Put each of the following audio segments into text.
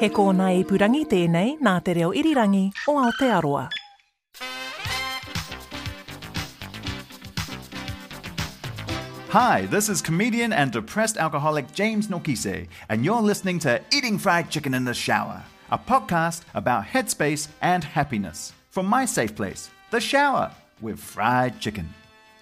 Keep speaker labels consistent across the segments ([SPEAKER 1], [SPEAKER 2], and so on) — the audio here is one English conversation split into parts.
[SPEAKER 1] He kōna e purangi tēnei nā te reo irirangi o Aotearoa.
[SPEAKER 2] Hi, this is comedian and depressed alcoholic James Nokise, and you're listening to Eating Fried Chicken in the Shower, a podcast about headspace and happiness from my safe place, the shower, with fried chicken.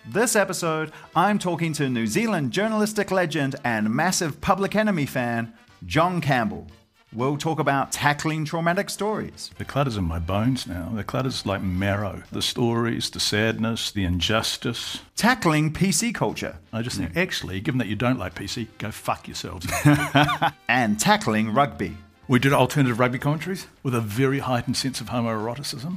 [SPEAKER 2] This episode, I'm talking to New Zealand journalistic legend and massive public enemy fan, John Campbell. We'll talk about tackling traumatic stories.
[SPEAKER 3] The clutter's in my bones now. The clutter's like marrow. The stories, the sadness, the injustice.
[SPEAKER 2] Tackling PC culture.
[SPEAKER 3] I just think, actually, given that you don't like PC, go fuck yourselves.
[SPEAKER 2] and tackling rugby.
[SPEAKER 3] we did alternative rugby commentaries with a very heightened sense of homoeroticism.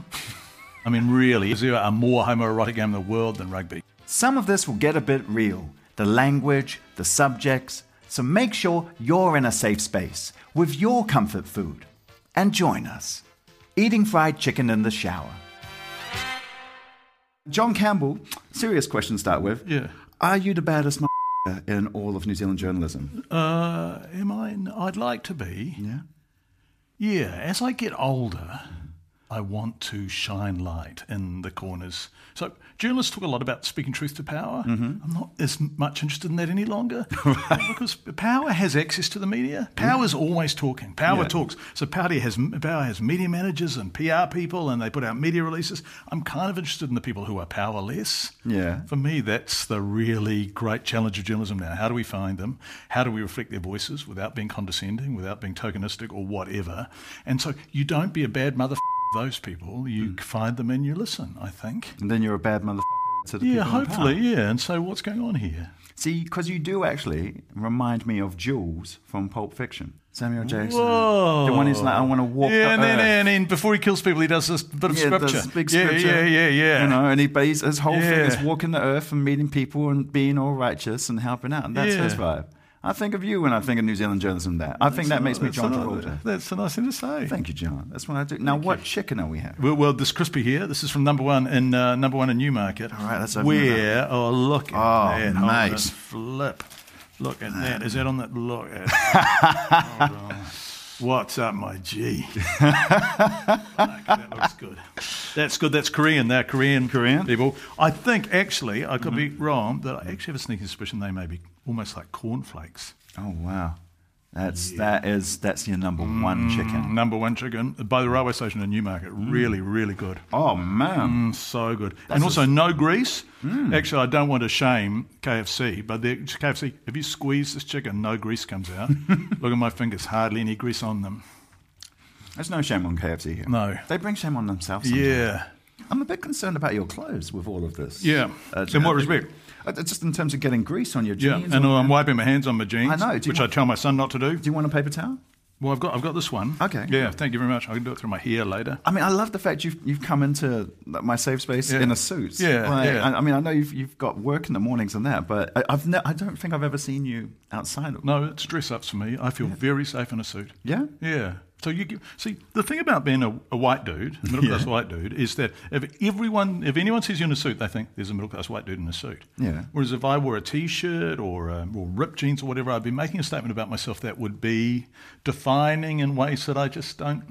[SPEAKER 3] I mean, really, is there a more homoerotic game in the world than rugby?
[SPEAKER 2] Some of this will get a bit real the language, the subjects. So make sure you're in a safe space with your comfort food and join us eating fried chicken in the shower. John Campbell, serious question to start with.
[SPEAKER 3] Yeah.
[SPEAKER 2] Are you the baddest m- in all of New Zealand journalism?
[SPEAKER 3] Uh, am I? I'd like to be.
[SPEAKER 2] Yeah.
[SPEAKER 3] Yeah, as I get older, I want to shine light in the corners. So journalists talk a lot about speaking truth to power.
[SPEAKER 2] Mm-hmm.
[SPEAKER 3] I'm not as much interested in that any longer because power has access to the media. Power is always talking. Power
[SPEAKER 2] Yeah.
[SPEAKER 3] talks. So power has power has media managers and PR people, and they put out media releases. I'm kind of interested in the people who are powerless.
[SPEAKER 2] Yeah.
[SPEAKER 3] For me, that's the really great challenge of journalism now. How do we find them? How do we reflect their voices without being condescending, without being tokenistic or whatever? And so you don't be a bad mother those people. You find them and you listen, I think.
[SPEAKER 2] And then you're a bad motherfucker to the
[SPEAKER 3] Yeah,
[SPEAKER 2] people in
[SPEAKER 3] hopefully,
[SPEAKER 2] power.
[SPEAKER 3] yeah. And so what's going on here?
[SPEAKER 2] See, because you do actually remind me of Jules from Pulp Fiction. Samuel Jackson.
[SPEAKER 3] Whoa.
[SPEAKER 2] The one who's like, I want to walk
[SPEAKER 3] Yeah,
[SPEAKER 2] the
[SPEAKER 3] and then,
[SPEAKER 2] earth.
[SPEAKER 3] and then before he kills people, he does this bit of
[SPEAKER 2] Yeah,
[SPEAKER 3] scripture.
[SPEAKER 2] this big
[SPEAKER 3] Yeah,
[SPEAKER 2] scripture.
[SPEAKER 3] Yeah, yeah, yeah.
[SPEAKER 2] You know, and he, but he's, his whole thing is
[SPEAKER 3] Yeah.
[SPEAKER 2] walking the earth and meeting people and being all righteous and helping out. And that's his
[SPEAKER 3] Yeah.
[SPEAKER 2] vibe. I think of you when I think of New Zealand journalism. That I think that makes me
[SPEAKER 3] That's
[SPEAKER 2] John
[SPEAKER 3] a-
[SPEAKER 2] Travolta.
[SPEAKER 3] That's a nice thing to say.
[SPEAKER 2] Thank you, John. That's what I do. Now, what chicken are we having?
[SPEAKER 3] Well, well, this crispy here. This is from number one in uh, number one in Newmarket.
[SPEAKER 2] All right, let's open
[SPEAKER 3] Where? Oh, look at
[SPEAKER 2] Oh,
[SPEAKER 3] that!
[SPEAKER 2] mate.
[SPEAKER 3] this flip! Look at that! Is that on that? Look at. That. Hold on. What's up, my G? Fuck, that looks good. That's good. That's Korean. They're Korean.
[SPEAKER 2] Korean? Mm-hmm.
[SPEAKER 3] people. I think actually, I could be wrong, but I actually have a sneaking suspicion they may be almost like cornflakes.
[SPEAKER 2] Oh wow, that's that is that's your number
[SPEAKER 3] Mm,
[SPEAKER 2] one chicken.
[SPEAKER 3] Number one chicken by the railway station in Newmarket. Really, really good.
[SPEAKER 2] Oh man,
[SPEAKER 3] Mm, so good. and also no grease.
[SPEAKER 2] Mm.
[SPEAKER 3] Actually, I don't want to shame KFC, but the KFC, if you squeeze this chicken, no grease comes out. Look at my fingers, hardly any grease on them.
[SPEAKER 2] there's no shame on KFC here.
[SPEAKER 3] No.
[SPEAKER 2] they bring shame on themselves. sometimes.
[SPEAKER 3] Yeah.
[SPEAKER 2] I'm a bit concerned about your clothes with all of this.
[SPEAKER 3] Yeah. In what respect?
[SPEAKER 2] Uh, Just in terms of getting grease on your
[SPEAKER 3] Yeah.
[SPEAKER 2] jeans.
[SPEAKER 3] and
[SPEAKER 2] or-
[SPEAKER 3] I'm wiping my hands on my jeans,
[SPEAKER 2] I know. Do you
[SPEAKER 3] which
[SPEAKER 2] want-
[SPEAKER 3] I tell my son not to do.
[SPEAKER 2] Do you want a paper towel?
[SPEAKER 3] Well, I've got, I've got this one.
[SPEAKER 2] Okay.
[SPEAKER 3] Yeah, thank you very much. I can do it through my hair later.
[SPEAKER 2] I mean, I love the fact you've you've come into my safe space
[SPEAKER 3] Yeah.
[SPEAKER 2] in a suit.
[SPEAKER 3] Yeah,
[SPEAKER 2] Like,
[SPEAKER 3] yeah.
[SPEAKER 2] I, I mean, I know you've you've got work in the mornings and that, but I, I've ne- I don't think I've ever seen you outside. Of-
[SPEAKER 3] No, it's dress ups for me. I feel very safe in a suit.
[SPEAKER 2] Yeah?
[SPEAKER 3] Yeah. So you give, see the thing about being a, a white dude, a middle class white dude, is that if everyone, if anyone sees you in a suit, they think there's a middle class white dude in a suit.
[SPEAKER 2] Yeah.
[SPEAKER 3] Whereas if I wore a t-shirt or um, or ripped jeans or whatever, I'd be making a statement about myself that would be defining in ways that I just don't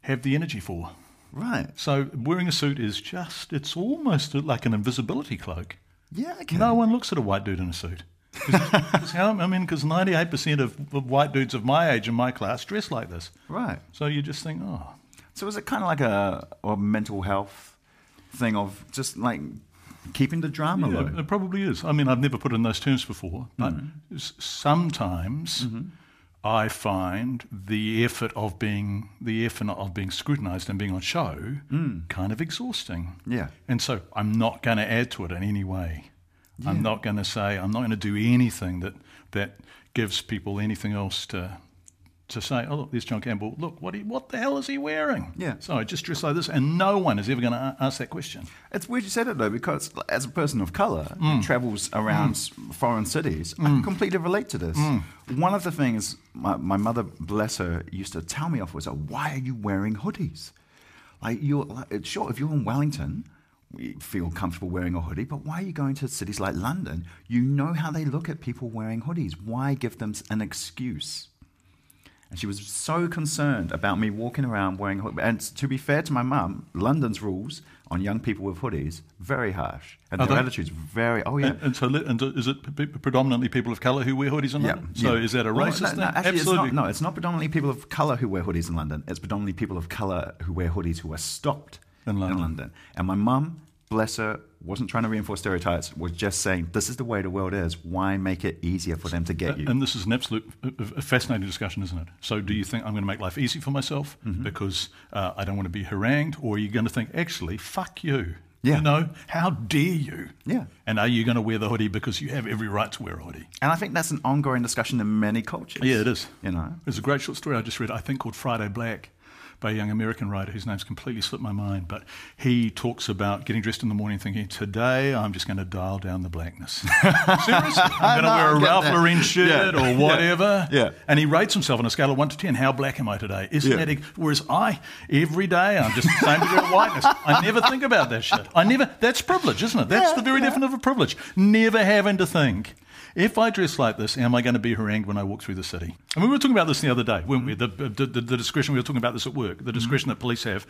[SPEAKER 3] have the energy for.
[SPEAKER 2] Right.
[SPEAKER 3] So wearing a suit is just, it's almost like an invisibility cloak.
[SPEAKER 2] Yeah. Okay.
[SPEAKER 3] No one looks at a white dude in a suit. 'Cause- 'cause how- I mean, because 98% of of white dudes of my age in my class dress like this.
[SPEAKER 2] Right.
[SPEAKER 3] So you just think, oh,
[SPEAKER 2] So is it kind of like a, a mental health thing of just like keeping the drama
[SPEAKER 3] yeah,
[SPEAKER 2] low?
[SPEAKER 3] it probably is. I mean, I've never put it in those terms before, but
[SPEAKER 2] Mm-hmm.
[SPEAKER 3] s sometimes I find the effort of being the effort of being scrutinised and being on show kind of exhausting.
[SPEAKER 2] Mm. Yeah.
[SPEAKER 3] And so I'm not going to add to it in any way. I'm not going to say, I'm not going to do anything that, that gives people anything else to, to say, oh, look, there's John Campbell. Look, what, he, what the hell is he wearing?
[SPEAKER 2] Yeah.
[SPEAKER 3] So I just dress like this, and no one is ever going to ask that question.
[SPEAKER 2] It's weird you said it though, because as a person of color who travels around s foreign cities, I can completely relate to this. One of the things my, my mother, bless her, used to tell me off was, "Why are you wearing hoodies? Like you're like, it's sure if you're in Wellington." We feel comfortable wearing a hoodie, but why are you going to cities like London? You know how they look at people wearing hoodies. Why give them s- an excuse? And she was so concerned about me walking around wearing hood. And to be fair to my mum, London's rules on young people with hoodies very harsh, and
[SPEAKER 3] Are
[SPEAKER 2] their
[SPEAKER 3] they?
[SPEAKER 2] attitudes very. Oh yeah.
[SPEAKER 3] And, and so, li- and is it p- p- predominantly people of colour who wear hoodies in
[SPEAKER 2] Yeah,
[SPEAKER 3] London? So
[SPEAKER 2] yeah.
[SPEAKER 3] is that a
[SPEAKER 2] Well,
[SPEAKER 3] racist
[SPEAKER 2] no,
[SPEAKER 3] thing?
[SPEAKER 2] no, actually, it's
[SPEAKER 3] Absolutely.
[SPEAKER 2] not, no, it's not predominantly people of colour who wear hoodies in London. It's predominantly people of colour who wear hoodies who are stopped
[SPEAKER 3] In London.
[SPEAKER 2] And my mum, bless her, wasn't trying to reinforce stereotypes. Was just saying this is the way the world is. Why make it easier for them to get you?
[SPEAKER 3] And this is an absolute a- a fascinating discussion, isn't it? So, do you think I'm going to make life easy for myself
[SPEAKER 2] Mm-hmm.
[SPEAKER 3] because uh, I don't want to be harangued, or are you going to think actually, fuck you?
[SPEAKER 2] Yeah.
[SPEAKER 3] You know, how dare you?
[SPEAKER 2] Yeah.
[SPEAKER 3] And are you going to wear the hoodie because you have every right to wear a hoodie?
[SPEAKER 2] And I think that's an ongoing discussion in many cultures.
[SPEAKER 3] Yeah, it is.
[SPEAKER 2] You know.
[SPEAKER 3] There's a great short story I just read, I think called Friday Black, by a young American writer whose name's completely slipped my mind. But he talks about getting dressed in the morning thinking, today I'm just going to dial down the blackness. Seriously? I'm going to
[SPEAKER 2] No,
[SPEAKER 3] wear
[SPEAKER 2] I
[SPEAKER 3] a
[SPEAKER 2] get
[SPEAKER 3] Ralph
[SPEAKER 2] that.
[SPEAKER 3] Lauren shirt
[SPEAKER 2] Yeah.
[SPEAKER 3] or whatever.
[SPEAKER 2] Yeah.
[SPEAKER 3] And he rates himself on a scale of 1 to 10. How black am I today? Isn't
[SPEAKER 2] Yeah.
[SPEAKER 3] that ex- Whereas I, every day, I'm just the same degree of whiteness. I never think about that shit. I never. That's privilege, isn't it? That's the very definition of privilege. Never having to think. If I dress like this, am I going to be harangued when I walk through the city? I mean, we were talking about this the other day, weren't we? The, the, the, the discretion, we were talking about this at work, the discretion that police have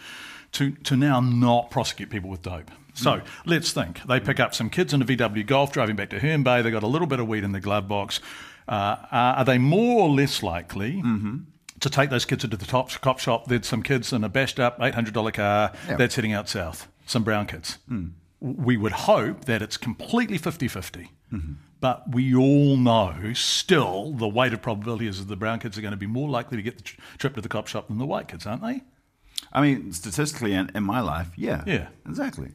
[SPEAKER 3] to, to now not prosecute people with dope. So let's think. They pick up some kids in a VW Golf driving back to Herne Bay. They got a little bit of weed in the glove box. Uh, are they more or less likely to take those kids into the top cop shop. There's some kids in a bashed up $800 car that's heading out south, some brown kids. We would hope that it's completely 50 50. But we all know still the weight of probability is that the brown kids are going to be more likely to get the tr- trip to the cop shop than the white kids, aren't they?
[SPEAKER 2] I mean, statistically, in, in my life, yeah.
[SPEAKER 3] Yeah.
[SPEAKER 2] Exactly.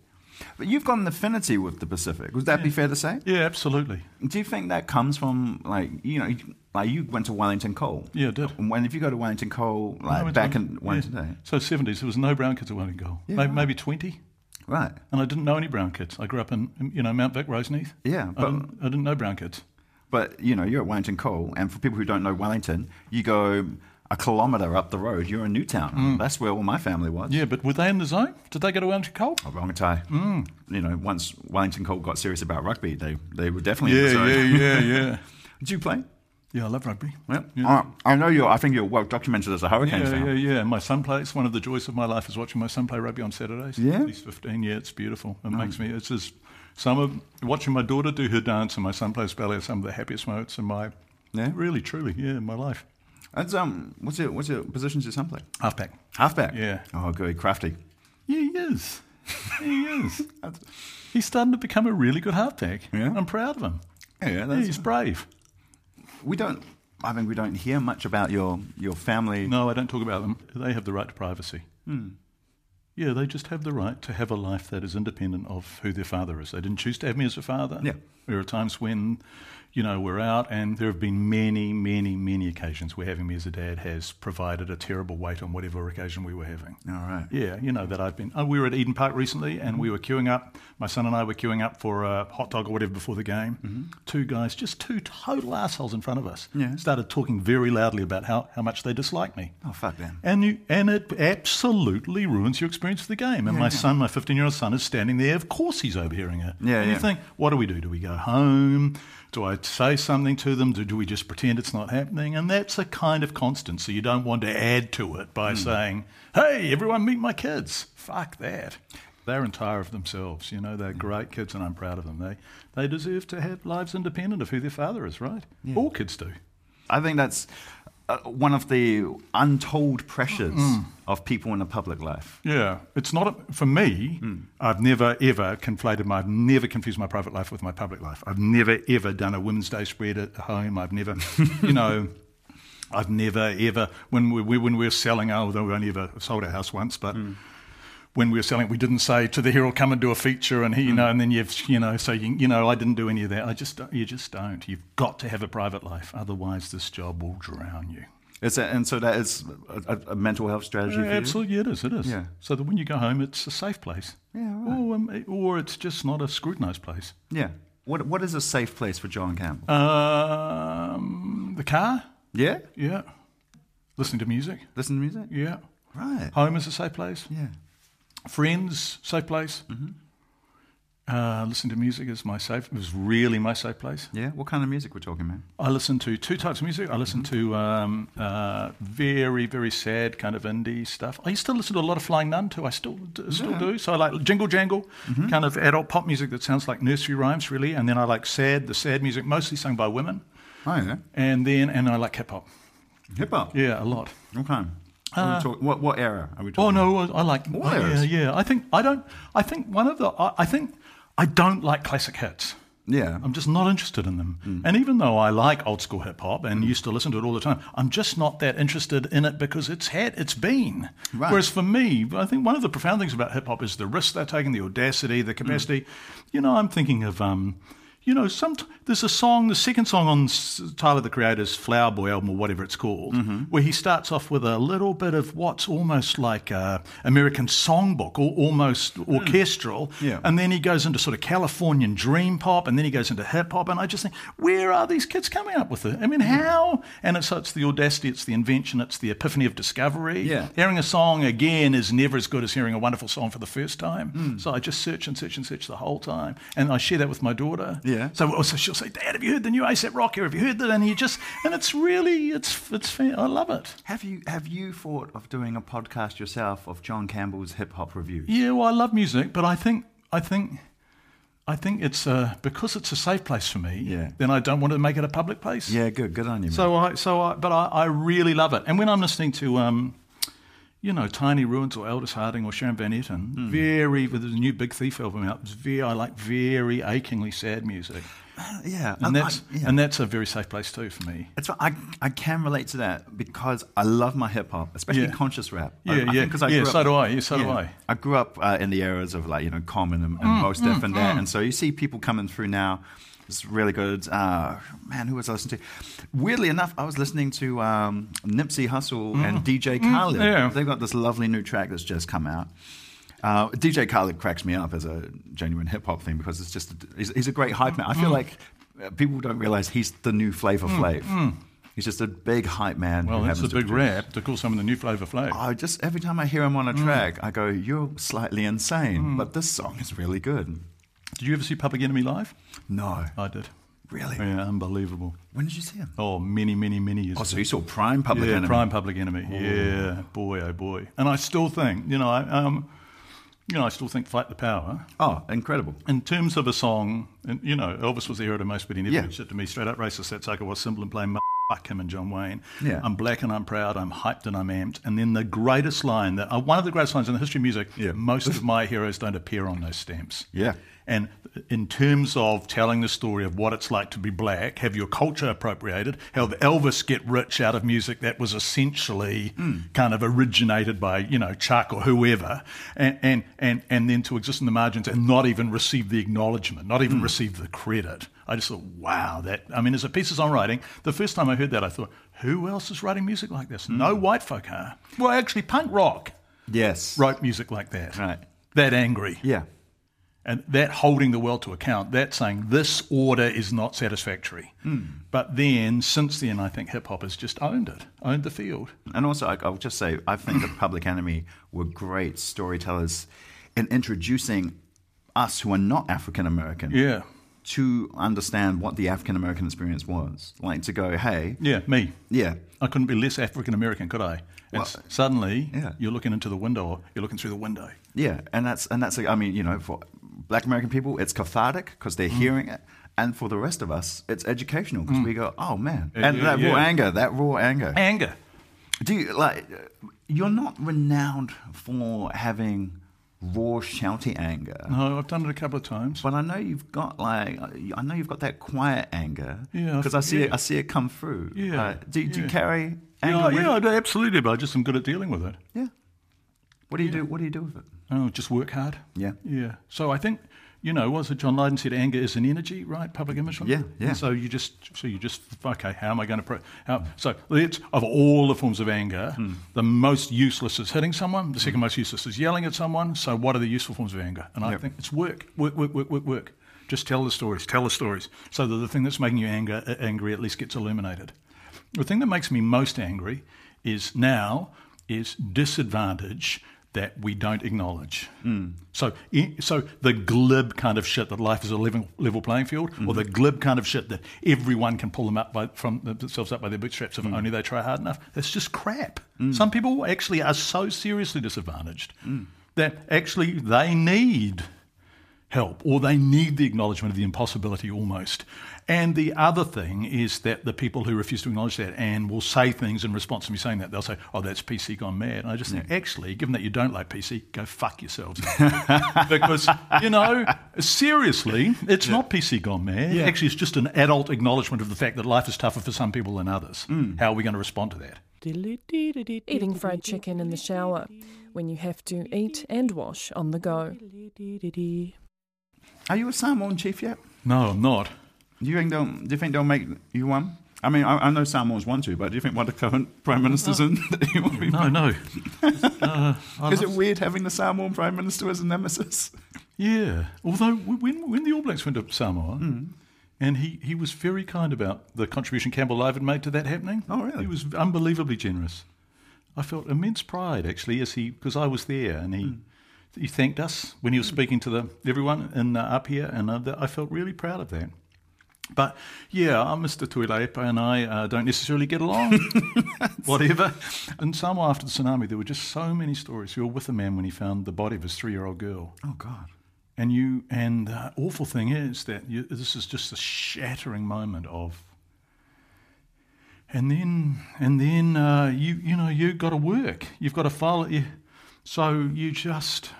[SPEAKER 2] But you've got an affinity with the Pacific. Would that be fair to say?
[SPEAKER 3] Yeah, absolutely.
[SPEAKER 2] Do you think that comes from, like, you know, like you went to Wellington Coal?
[SPEAKER 3] Yeah, I did.
[SPEAKER 2] And when, if you go to Wellington Coal,
[SPEAKER 3] I
[SPEAKER 2] like,
[SPEAKER 3] went
[SPEAKER 2] back
[SPEAKER 3] to-
[SPEAKER 2] in Wellington
[SPEAKER 3] yeah.
[SPEAKER 2] Day,
[SPEAKER 3] So 70s, there was no brown kids at Wellington Goal. May-
[SPEAKER 2] right.
[SPEAKER 3] Maybe 20.
[SPEAKER 2] right.
[SPEAKER 3] And I didn't know any brown kids. I grew up in, in, you know, Mount Vic, Roseneath.
[SPEAKER 2] Yeah,
[SPEAKER 3] I
[SPEAKER 2] but-
[SPEAKER 3] didn't, I didn't know brown kids.
[SPEAKER 2] But, you know, you're at Wellington Coal, and for people who don't know Wellington, you go a kilometre up the road, you're in Newtown. That's where all my family was.
[SPEAKER 3] Mm. Yeah, but were they in the zone? Did they go to Wellington Coal?
[SPEAKER 2] Oh, wrong tie.
[SPEAKER 3] Mm.
[SPEAKER 2] You know, once Wellington Coal got serious about rugby, they, they were definitely in the
[SPEAKER 3] Yeah,
[SPEAKER 2] zone.
[SPEAKER 3] yeah, yeah, yeah.
[SPEAKER 2] Did you play?
[SPEAKER 3] Yeah, I love rugby.
[SPEAKER 2] Yep. Uh, I know you're. I think you're well documented as a hurricane
[SPEAKER 3] Yeah,
[SPEAKER 2] fan.
[SPEAKER 3] yeah, yeah. My son plays. One of the joys of my life is watching my son play rugby on Saturdays.
[SPEAKER 2] Yeah?
[SPEAKER 3] He's 15. Yeah, it's beautiful. It makes me, it's just some of, watching my daughter do her dance and my son plays ballet are some of the happiest moments in my,
[SPEAKER 2] Yeah?
[SPEAKER 3] really, truly, yeah, in my life.
[SPEAKER 2] That's um. What's your what's your positions your son play?
[SPEAKER 3] Halfback.
[SPEAKER 2] Halfback.
[SPEAKER 3] Yeah.
[SPEAKER 2] Oh, good, crafty.
[SPEAKER 3] Yeah, he is. he is. He's starting to become a really good halfback.
[SPEAKER 2] Yeah?
[SPEAKER 3] I'm proud of him.
[SPEAKER 2] Yeah,
[SPEAKER 3] Yeah,
[SPEAKER 2] that's,
[SPEAKER 3] he's brave.
[SPEAKER 2] we don't. I mean, we don't hear much about your your family.
[SPEAKER 3] No, I don't talk about them. They have the right to privacy. Yeah, they just have the right to have a life that is independent of who their father is. They didn't choose to have me as a father.
[SPEAKER 2] Yeah.
[SPEAKER 3] There are times when, you know, we're out, and there have been many, many, many occasions where having me as a dad has provided a terrible weight on whatever occasion we were having.
[SPEAKER 2] All right.
[SPEAKER 3] Yeah, you know that I've been. Oh, we were at Eden Park recently, and we were queuing up. My son and I were queuing up for a hot dog or whatever before the game. Two guys, just two total assholes in front of us,
[SPEAKER 2] Mm-hmm. Yeah.
[SPEAKER 3] started talking very loudly about how, how much they dislike me.
[SPEAKER 2] Oh fuck them.
[SPEAKER 3] And you, and it absolutely ruins your experience of the game. And my son, my 15 year old son, is standing there. Of course, he's overhearing it.
[SPEAKER 2] Yeah,
[SPEAKER 3] and
[SPEAKER 2] yeah.
[SPEAKER 3] you think, what do we do? Do we go home? Do I say something to them? Do, do we just pretend it's not happening? And that's a kind of constant. So you don't want to add to it
[SPEAKER 2] Hmm.
[SPEAKER 3] by saying, hey, everyone meet my kids. Fuck that. They're entire of themselves. You know,
[SPEAKER 2] Hmm.
[SPEAKER 3] they're great kids and I'm proud of them. They, they deserve to have lives independent of who their father is, right? All kids do.
[SPEAKER 2] I think that's uh, one of the untold pressures
[SPEAKER 3] Mm-hmm.
[SPEAKER 2] of people in the public life.
[SPEAKER 3] Yeah, it's not a, for me. I've never ever conflated my. I've never confused my private life with my public life. I've never ever done a Women's Day spread at home. I've never, you know, I've never ever when we, we when we were selling. Oh, though we only ever sold our house once, but when we were selling it, we didn't say to the hero, "Come and do a feature," and he, you know, and then you've, you know, so you, you know, I didn't do any of that. I just, don't- you just don't. You've got to have a private life, otherwise, this job will drown you.
[SPEAKER 2] Is that, and so that is a, a- a mental health strategy for you?
[SPEAKER 3] absolutely, it is. It is.
[SPEAKER 2] Yeah.
[SPEAKER 3] So that when you go home, it's a safe place.
[SPEAKER 2] Yeah, right.
[SPEAKER 3] Or, um, or it's just not a scrutinized place.
[SPEAKER 2] Yeah. What, what is a safe place for John Campbell?
[SPEAKER 3] Uh, Um, the car.
[SPEAKER 2] yeah?
[SPEAKER 3] Yeah. Listening to music.
[SPEAKER 2] Listen to music?
[SPEAKER 3] Yeah.
[SPEAKER 2] Right.
[SPEAKER 3] Home is a safe place.
[SPEAKER 2] Yeah.
[SPEAKER 3] Friends, safe place.
[SPEAKER 2] Mm-hmm.
[SPEAKER 3] Uh, listen to music is my safe. It was really my safe place.
[SPEAKER 2] Yeah. What kind of music we're talking about?
[SPEAKER 3] I listen to two types of music. I listen to um, uh, very, very sad kind of indie stuff. I used to listen to a lot of Flying Nun too. I still d- still do. So I like Jingle Jangle, kind of adult pop music that sounds like nursery rhymes really. And then I like sad, the sad music, mostly sung by women.
[SPEAKER 2] Oh, yeah.
[SPEAKER 3] And then and I like hip hop.
[SPEAKER 2] Hip hop.
[SPEAKER 3] Yeah, a lot.
[SPEAKER 2] Okay. Are we talk- what, what era are we
[SPEAKER 3] Oh
[SPEAKER 2] talking
[SPEAKER 3] no, I I like
[SPEAKER 2] What
[SPEAKER 3] yeah,
[SPEAKER 2] is?
[SPEAKER 3] yeah. I think I don't. I think one of the. I, I think I don't like classic hits.
[SPEAKER 2] Yeah.
[SPEAKER 3] I'm just not interested in them.
[SPEAKER 2] Hmm.
[SPEAKER 3] And even though I like old school hip hop and used to listen to it all the time, I'm just not that interested in it because it's had it's been.
[SPEAKER 2] Right.
[SPEAKER 3] Whereas for me, I think one of the profound things about hip hop is the risk they're taking, the audacity,
[SPEAKER 2] Hmm.
[SPEAKER 3] the capacity. You know, I'm thinking of um, you know, some there's a song, the second song on S- Tyler the Creator's Flower Boy album or whatever it's called,
[SPEAKER 2] Mm-hmm.
[SPEAKER 3] where he starts off with a little bit of what's almost like a American songbook or almost orchestral,
[SPEAKER 2] Hmm. Yeah.
[SPEAKER 3] and then he goes into sort of Californian dream pop, and then he goes into hip hop, and I just think, where are these kids coming up with it? I mean, how? And it's so it's the audacity, it's the invention, it's the epiphany of discovery.
[SPEAKER 2] Yeah.
[SPEAKER 3] hearing a song again is never as good as hearing a wonderful song for the first time.
[SPEAKER 2] Hmm.
[SPEAKER 3] So I just search and search and search the whole time, and I share that with my daughter.
[SPEAKER 2] Yeah.
[SPEAKER 3] So, so she'll say, Dad, have you heard the new ASAP Rocky? Have you heard that? And you just, and it's really, it's, it's, fa- I love it.
[SPEAKER 2] Have you have you thought of doing a podcast yourself of John Campbell's hip hop review?
[SPEAKER 3] Yeah, well, I love music, but I think I think I think it's uh, because it's a safe place for me.
[SPEAKER 2] Yeah.
[SPEAKER 3] Then I don't want to make it a public place.
[SPEAKER 2] Yeah, good, good on you. man.
[SPEAKER 3] So I so I but I, I really love it, and when I'm listening to um, you know, Tiny Ruins or Aldous Harding or Sharon Van Etten,
[SPEAKER 2] Hmm.
[SPEAKER 3] very with the new Big Thief album out, it's very I like very achingly sad music,
[SPEAKER 2] yeah,
[SPEAKER 3] and
[SPEAKER 2] I- I-
[SPEAKER 3] that's
[SPEAKER 2] yeah.
[SPEAKER 3] and that's a very safe place too for me.
[SPEAKER 2] It's I I can relate to that because I love my hip hop, especially
[SPEAKER 3] Yeah.
[SPEAKER 2] conscious rap.
[SPEAKER 3] Yeah,
[SPEAKER 2] I, I
[SPEAKER 3] yeah.
[SPEAKER 2] think 'cause I
[SPEAKER 3] Yeah,
[SPEAKER 2] grew up-
[SPEAKER 3] so do I. Yeah, so do I.
[SPEAKER 2] I grew up uh, in the eras of like you know Common and, and
[SPEAKER 3] Mm,
[SPEAKER 2] Most Def and that, and so you see people coming through now. It's really good. Uh, man, who was I listening to? Weirdly enough, I was listening to um, Nipsey Hussle and DJ Khaled.
[SPEAKER 3] Mm. yeah.
[SPEAKER 2] They've got this lovely new track that's just come out. Uh, DJ Khaled cracks me up as a genuine hip hop thing because it's just he's, he's a great
[SPEAKER 3] Mm,
[SPEAKER 2] hype man. I feel like uh, people don't realize he's the new Flavor Flav. He's just a big hype man.
[SPEAKER 3] mm. Well,
[SPEAKER 2] who
[SPEAKER 3] that's a
[SPEAKER 2] happens to
[SPEAKER 3] big
[SPEAKER 2] produce.
[SPEAKER 3] rap to call someone the new Flavour Flav.
[SPEAKER 2] I just every time I hear him on
[SPEAKER 3] Mm.
[SPEAKER 2] a track, I go, "You're slightly insane," but this song is really good.
[SPEAKER 3] Did you ever see Public Enemy live?
[SPEAKER 2] No,
[SPEAKER 3] I did.
[SPEAKER 2] really.
[SPEAKER 3] Oh, Yeah, unbelievable.
[SPEAKER 2] When did you see him?
[SPEAKER 3] Oh, many, many, many years.
[SPEAKER 2] Oh,
[SPEAKER 3] ago.
[SPEAKER 2] so you saw Prime Public
[SPEAKER 3] yeah,
[SPEAKER 2] Enemy.
[SPEAKER 3] prime public enemy. Yeah, boy, oh boy. And I still think, you know, I, um, you know, I still think "Fight the Power."
[SPEAKER 2] Oh, incredible.
[SPEAKER 3] In terms of a song, and you know, Elvis was the hero to most, but he never
[SPEAKER 2] Yeah.
[SPEAKER 3] reached it to me. Straight up racist. That's like I was simple and plain. Fuck him and John Wayne.
[SPEAKER 2] Yeah.
[SPEAKER 3] I'm black and I'm proud. I'm hyped and I'm amped. And then the greatest line that uh, one of the greatest lines in the history of music.
[SPEAKER 2] Yeah.
[SPEAKER 3] Most of my heroes don't appear on those stamps.
[SPEAKER 2] Yeah.
[SPEAKER 3] And in terms of telling the story of what it's like to be black, have your culture appropriated, how the Elvis get rich out of music that was essentially kind of originated by, you know, Chuck or whoever, and, and, and, and then to exist in the margins and not even receive the acknowledgement, not even receive the credit. I just thought, wow, that, I mean, as a piece of songwriting, the first time I heard that, I thought, who else is writing music like this? No white folk are. Well, actually, punk rock
[SPEAKER 2] Yes.
[SPEAKER 3] wrote music like that.
[SPEAKER 2] Right.
[SPEAKER 3] That angry.
[SPEAKER 2] Yeah.
[SPEAKER 3] And that holding the world to account, that saying this order is not satisfactory. But then, since then, I think hip hop has just owned it, owned the field.
[SPEAKER 2] And also, I, I'll just say, I think that Public Enemy were great storytellers in introducing us who are not African American
[SPEAKER 3] Yeah.
[SPEAKER 2] to understand what the African American experience was. Like to go, hey,
[SPEAKER 3] Yeah, me.
[SPEAKER 2] yeah,
[SPEAKER 3] I couldn't be less African American, could I? And
[SPEAKER 2] Well,
[SPEAKER 3] s- suddenly,
[SPEAKER 2] yeah.
[SPEAKER 3] you're looking into the window, you're looking through the window.
[SPEAKER 2] Yeah, and that's and that's I mean, you know, for Black American people, it's cathartic because they're
[SPEAKER 3] Mm.
[SPEAKER 2] hearing it, and for the rest of us, it's educational because we go, oh man, and
[SPEAKER 3] yeah,
[SPEAKER 2] that raw
[SPEAKER 3] yeah.
[SPEAKER 2] anger, that raw anger.
[SPEAKER 3] Anger.
[SPEAKER 2] Do you like? uh, You're not renowned for having raw, shouty anger,
[SPEAKER 3] No, I've done it a couple of times.
[SPEAKER 2] but I know you've got like I know you've got that quiet anger.
[SPEAKER 3] Yeah, I
[SPEAKER 2] because I
[SPEAKER 3] think-
[SPEAKER 2] see it,
[SPEAKER 3] yeah.
[SPEAKER 2] I see it come through.
[SPEAKER 3] Yeah,
[SPEAKER 2] Uh, do, do you
[SPEAKER 3] yeah.
[SPEAKER 2] carry anger?
[SPEAKER 3] Yeah,
[SPEAKER 2] with
[SPEAKER 3] yeah, I
[SPEAKER 2] you?
[SPEAKER 3] do, absolutely, but I just am good at dealing with it.
[SPEAKER 2] yeah. What do you do? What do you do with it?
[SPEAKER 3] Oh, just work hard.
[SPEAKER 2] Yeah.
[SPEAKER 3] Yeah. So I think you know, was it John Lydon said anger is an energy, right? Public image.
[SPEAKER 2] Yeah, yeah.
[SPEAKER 3] And so you just, so you just, okay, how am I going to, pro- how, so let's, of all the forms of anger,
[SPEAKER 2] Hmm.
[SPEAKER 3] the most useless is hitting someone, the second most useless is yelling at someone. So what are the useful forms of anger? And I
[SPEAKER 2] Yep.
[SPEAKER 3] think it's work, work, work, work, work, work. Just tell the stories, tell the stories, so that the thing that's making you anger, uh, angry at least gets illuminated. The thing that makes me most angry is now is disadvantage that we don't acknowledge. So, i- so the glib kind of shit that life is a level, level playing field, or the glib kind of shit that everyone can pull them up by, from themselves up by their bootstraps if only they try hard enough. That's just crap. Some people actually are so seriously disadvantaged that actually they need help or they need the acknowledgement of the impossibility almost. And the other thing is that the people who refuse to acknowledge that and will say things in response to me saying that, they'll say, oh, that's PC gone mad. And I just think, actually, given that you don't like PC, go fuck yourselves. because, you know, seriously, it's not PC gone mad.
[SPEAKER 2] Yeah.
[SPEAKER 3] Actually, it's just an adult acknowledgement of the fact that life is tougher for some people than others. How are we going to respond to that?
[SPEAKER 4] Eating fried chicken in the shower when you have to eat and wash on the go.
[SPEAKER 2] Are you a Samoan chief yet?
[SPEAKER 3] No, I'm not.
[SPEAKER 2] Do you think don't? Do you think they'll make you one? I mean, I, I know Samoans want to, but do you think one of the current prime ministers in? that you will be-
[SPEAKER 3] No, no.
[SPEAKER 2] Is it weird having the Samoan prime minister as a nemesis?
[SPEAKER 3] Yeah. Although w- when when the All Blacks went to Samoa,
[SPEAKER 2] Hmm.
[SPEAKER 3] and he, he was very kind about the contribution Campbell Live had made to that happening.
[SPEAKER 2] Oh, really?
[SPEAKER 3] He was unbelievably generous. I felt immense pride actually as he because I was there and he.
[SPEAKER 2] Hmm.
[SPEAKER 3] He thanked us when he was speaking to the everyone in, uh, up here, and uh, th- I felt really proud of that. But yeah, uh, Mr. Tuilepa and I uh, don't necessarily get along, whatever. And somehow after the tsunami, there were just so many stories. You were with a man when he found the body of his three-year-old girl,
[SPEAKER 2] Oh God.
[SPEAKER 3] and you and the awful thing is that you, this is just a shattering moment of. And then and then uh, you you know you got to work. You've got to file it. You, so you just.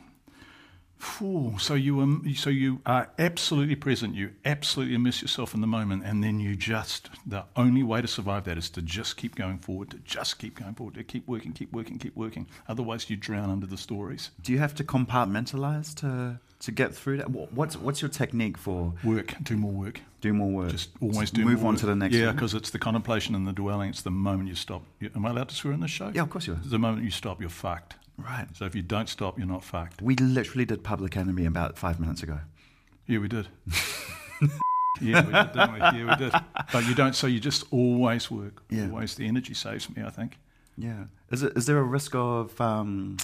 [SPEAKER 3] Phew, so you um, so you are absolutely present. You absolutely immerse yourself in the moment, and then you just the only way to survive that is to just keep going forward, to just keep going forward, to keep working, keep working, keep working. Otherwise, you drown under the stories.
[SPEAKER 2] Do you have to compartmentalize to to get through that? What, what's what's your technique for
[SPEAKER 3] Work, do more work.
[SPEAKER 2] do more work?
[SPEAKER 3] Just always
[SPEAKER 2] Just
[SPEAKER 3] do
[SPEAKER 2] move
[SPEAKER 3] more
[SPEAKER 2] on
[SPEAKER 3] work.
[SPEAKER 2] to the next.
[SPEAKER 3] Yeah,
[SPEAKER 2] one?
[SPEAKER 3] because it's the contemplation and the dwelling. It's the moment you stop. You- Am I allowed to swear in this show?
[SPEAKER 2] Yeah, of course you are.
[SPEAKER 3] The moment you stop, you're fucked.
[SPEAKER 2] Right.
[SPEAKER 3] So if you don't stop, you're not fucked.
[SPEAKER 2] We literally did Public Enemy about five minutes ago.
[SPEAKER 3] Yeah, we did. yeah, we did, didn't we? Yeah, we did. But you don't. So you just always work.
[SPEAKER 2] Yeah.
[SPEAKER 3] Always. The energy saves me. I think.
[SPEAKER 2] Yeah. Is it is there a risk of um,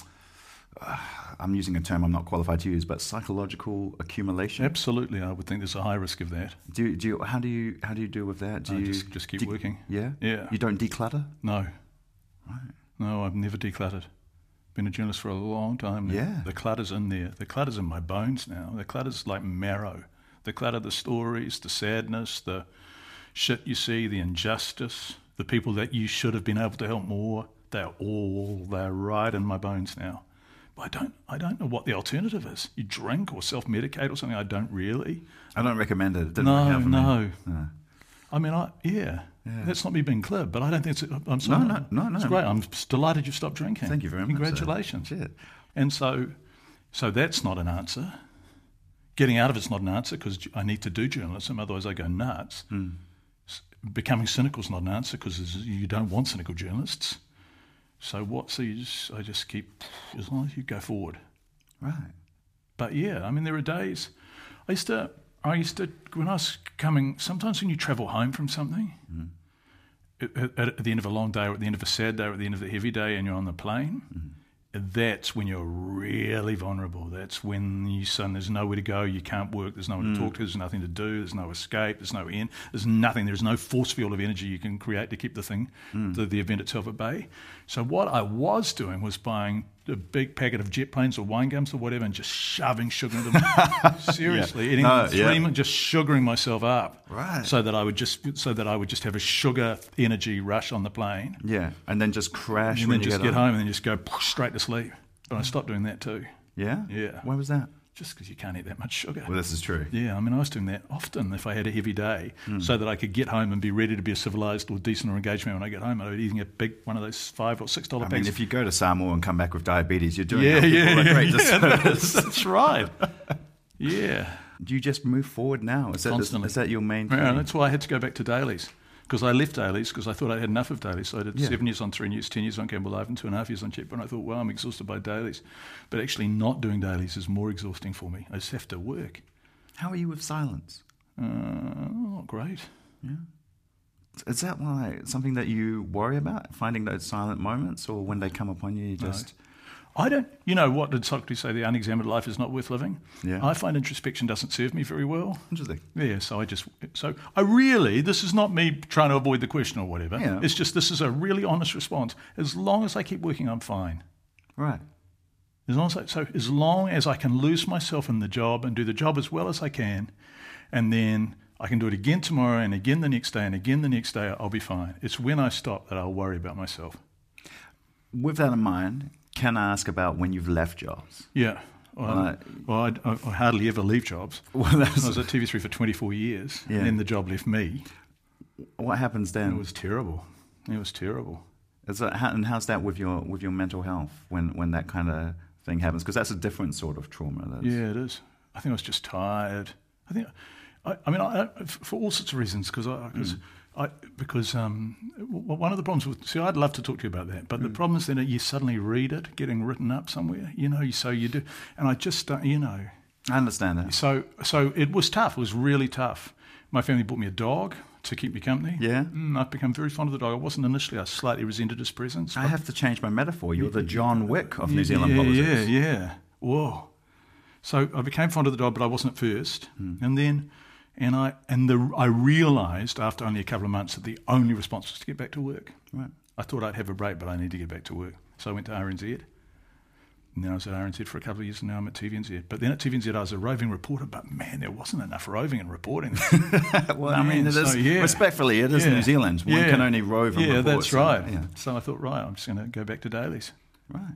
[SPEAKER 2] I'm using a term I'm not qualified to use, but psychological accumulation?
[SPEAKER 3] Absolutely, I would think there's a high risk of that.
[SPEAKER 2] Do you, do you, how do you how do you deal with that? Do
[SPEAKER 3] I
[SPEAKER 2] you
[SPEAKER 3] just- just keep
[SPEAKER 2] do-
[SPEAKER 3] working.
[SPEAKER 2] Yeah.
[SPEAKER 3] Yeah.
[SPEAKER 2] You don't declutter.
[SPEAKER 3] No. Right. No, I've never decluttered. Been a journalist for a long time now.
[SPEAKER 2] Yeah.
[SPEAKER 3] The clutter's in there. The clutter's in my bones now. The clutter's like marrow. The clutter, the stories, the sadness, the shit you see, the injustice, the people that you should have been able to help more. They're all they're right in my bones now. But I don't I don't know what the alternative is. You drink or self medicate or something. I don't really.
[SPEAKER 2] I don't recommend it. it didn't work
[SPEAKER 3] No,
[SPEAKER 2] out for me.
[SPEAKER 3] no. I mean, I yeah. That's not me being glib, but I don't think it's. I'm sorry.
[SPEAKER 2] No, no, no,
[SPEAKER 3] It's
[SPEAKER 2] no.
[SPEAKER 3] great. I'm delighted you've stopped drinking.
[SPEAKER 2] Thank you very much, sir.
[SPEAKER 3] Congratulations.
[SPEAKER 2] Shit.
[SPEAKER 3] And so, so that's not an answer. Getting out of it's not an answer because I need to do journalism, otherwise I go nuts.
[SPEAKER 2] Hmm.
[SPEAKER 3] S- Becoming cynical is not an answer because you don't want cynical journalists. So what? So you just, I just keep as long as you go forward.
[SPEAKER 2] Right.
[SPEAKER 3] But yeah, I mean, there are days. I used to, I used to, when I was coming, sometimes when you travel home from something, at, at- at the end of a long day, or at the end of a sad day, or at the end of a heavy day, and you're on the plane,
[SPEAKER 2] Mm-hmm.
[SPEAKER 3] that's when you're really vulnerable. That's when you suddenly there's nowhere to go, you can't work, there's no one to talk
[SPEAKER 2] Mm.
[SPEAKER 3] to, there's nothing to do, there's no escape, there's no end, there's nothing, there's no force field of energy you can create to keep the thing,
[SPEAKER 2] Mm.
[SPEAKER 3] the, the event itself at bay. So what I was doing was buying a big packet of jet planes or wine gums or whatever and just shoving sugar into them. Seriously, eating
[SPEAKER 2] No,
[SPEAKER 3] three
[SPEAKER 2] yeah.
[SPEAKER 3] mo- just sugaring myself up.
[SPEAKER 2] Right.
[SPEAKER 3] So that I would just so that I would just have a sugar energy rush on the plane.
[SPEAKER 2] Yeah, and then just crash
[SPEAKER 3] And
[SPEAKER 2] when
[SPEAKER 3] then
[SPEAKER 2] you
[SPEAKER 3] just
[SPEAKER 2] get,
[SPEAKER 3] get home and then just go straight to sleep. But I stopped doing that too.
[SPEAKER 2] Yeah.
[SPEAKER 3] Yeah.
[SPEAKER 2] Why was that?
[SPEAKER 3] just because you can't eat that much sugar.
[SPEAKER 2] Well, this is true.
[SPEAKER 3] Yeah, I mean, I was doing that often if I had a heavy day,
[SPEAKER 2] Hmm.
[SPEAKER 3] so that I could get home and be ready to be a civilized or decent or engaged man when I get home. I was eating a big one of those five or six dollar
[SPEAKER 2] I
[SPEAKER 3] bags.
[SPEAKER 2] mean, if you go to Samoa and come back with diabetes, you're doing
[SPEAKER 3] yeah,
[SPEAKER 2] other
[SPEAKER 3] yeah,
[SPEAKER 2] people a
[SPEAKER 3] yeah,
[SPEAKER 2] great
[SPEAKER 3] yeah,
[SPEAKER 2] disservice.
[SPEAKER 3] that's, that's right. Yeah,
[SPEAKER 2] Do you just move forward now? Is that, is,
[SPEAKER 3] Constantly.
[SPEAKER 2] is that your main
[SPEAKER 3] yeah.
[SPEAKER 2] thing?
[SPEAKER 3] That's why I had to go back to dailies because I left dailies because I thought I had enough of dailies. So I did
[SPEAKER 2] Yeah.
[SPEAKER 3] seven years on Three News, ten years on Campbell Live, and two and a half years on Cheap. And I thought, wow, I'm exhausted by dailies. But actually, not doing dailies is more exhausting for me. I just have to work.
[SPEAKER 2] How are you with silence?
[SPEAKER 3] Uh, not great.
[SPEAKER 2] Is that why something that you worry about, finding those silent moments, or when they come upon you, you just.
[SPEAKER 3] I don't. You know what did Socrates say? The unexamined life is not worth living.
[SPEAKER 2] Yeah.
[SPEAKER 3] I find introspection doesn't serve me very well.
[SPEAKER 2] Interesting.
[SPEAKER 3] Yeah, so I just so I really this is not me trying to avoid the question or whatever.
[SPEAKER 2] Yeah.
[SPEAKER 3] It's just this is a really honest response. As long as I keep working, I'm fine.
[SPEAKER 2] Right.
[SPEAKER 3] As long as I, so as long as I can lose myself in the job and do the job as well as I can, and then I can do it again tomorrow and again the next day and again the next day, I'll be fine. It's when I stop that I'll worry about myself.
[SPEAKER 2] With that in mind, can I ask about when you've left jobs?
[SPEAKER 3] Yeah. Well,
[SPEAKER 2] Right.
[SPEAKER 3] well I, I I hardly ever leave jobs.
[SPEAKER 2] Well, that's-
[SPEAKER 3] I was at TV3 for 24 years,
[SPEAKER 2] Yeah. Mm.
[SPEAKER 3] and then the job left me.
[SPEAKER 2] What happens
[SPEAKER 3] It
[SPEAKER 2] then?
[SPEAKER 3] was terrible. It was terrible.
[SPEAKER 2] Is that, how, and how's that with your with your mental health when when that kind of thing happens? Because that's a different sort of trauma. That's,
[SPEAKER 3] Yeah, it is. I think I was just tired. I think, I, I mean, I, I- for all sorts of reasons, because I, because
[SPEAKER 2] Mm.
[SPEAKER 3] I, because um, w- w- one of the problems with, see, I'd love to talk to you about that, but
[SPEAKER 2] Mm.
[SPEAKER 3] the problem is then you suddenly read it getting written up somewhere, you know, so you do, and I just, don't- you know,
[SPEAKER 2] I understand that.
[SPEAKER 3] so so it was tough. It was really tough. My family bought me a dog to keep me company.
[SPEAKER 2] Yeah.
[SPEAKER 3] Mm, I've become very fond of the dog. I wasn't initially. I slightly resented his presence.
[SPEAKER 2] I have to change my metaphor. You're the John Wick of New Zealand
[SPEAKER 3] yeah,
[SPEAKER 2] politics.
[SPEAKER 3] Yeah, yeah. Whoa. So I became fond of the dog, but I wasn't at first.
[SPEAKER 2] Hmm.
[SPEAKER 3] And then, and I and the I realised after only a couple of months that the only response was to get back to work. Right. I thought I'd have a break, but I need to get back to work. So I went to RNZ. And then I was at RNZ for a couple of years, and now I'm at TVNZ. But then at TVNZ, I was a roving reporter, but man, there wasn't enough roving and reporting.
[SPEAKER 2] Well, I mean, it
[SPEAKER 3] so,
[SPEAKER 2] is,
[SPEAKER 3] yeah.
[SPEAKER 2] respectfully, it is
[SPEAKER 3] Yeah.
[SPEAKER 2] New Zealand. One
[SPEAKER 3] Yeah.
[SPEAKER 2] can only rove and
[SPEAKER 3] Yeah,
[SPEAKER 2] report,
[SPEAKER 3] that's
[SPEAKER 2] so,
[SPEAKER 3] right.
[SPEAKER 2] yeah.
[SPEAKER 3] So I thought, right, I'm just going to go back to dailies.
[SPEAKER 2] Right.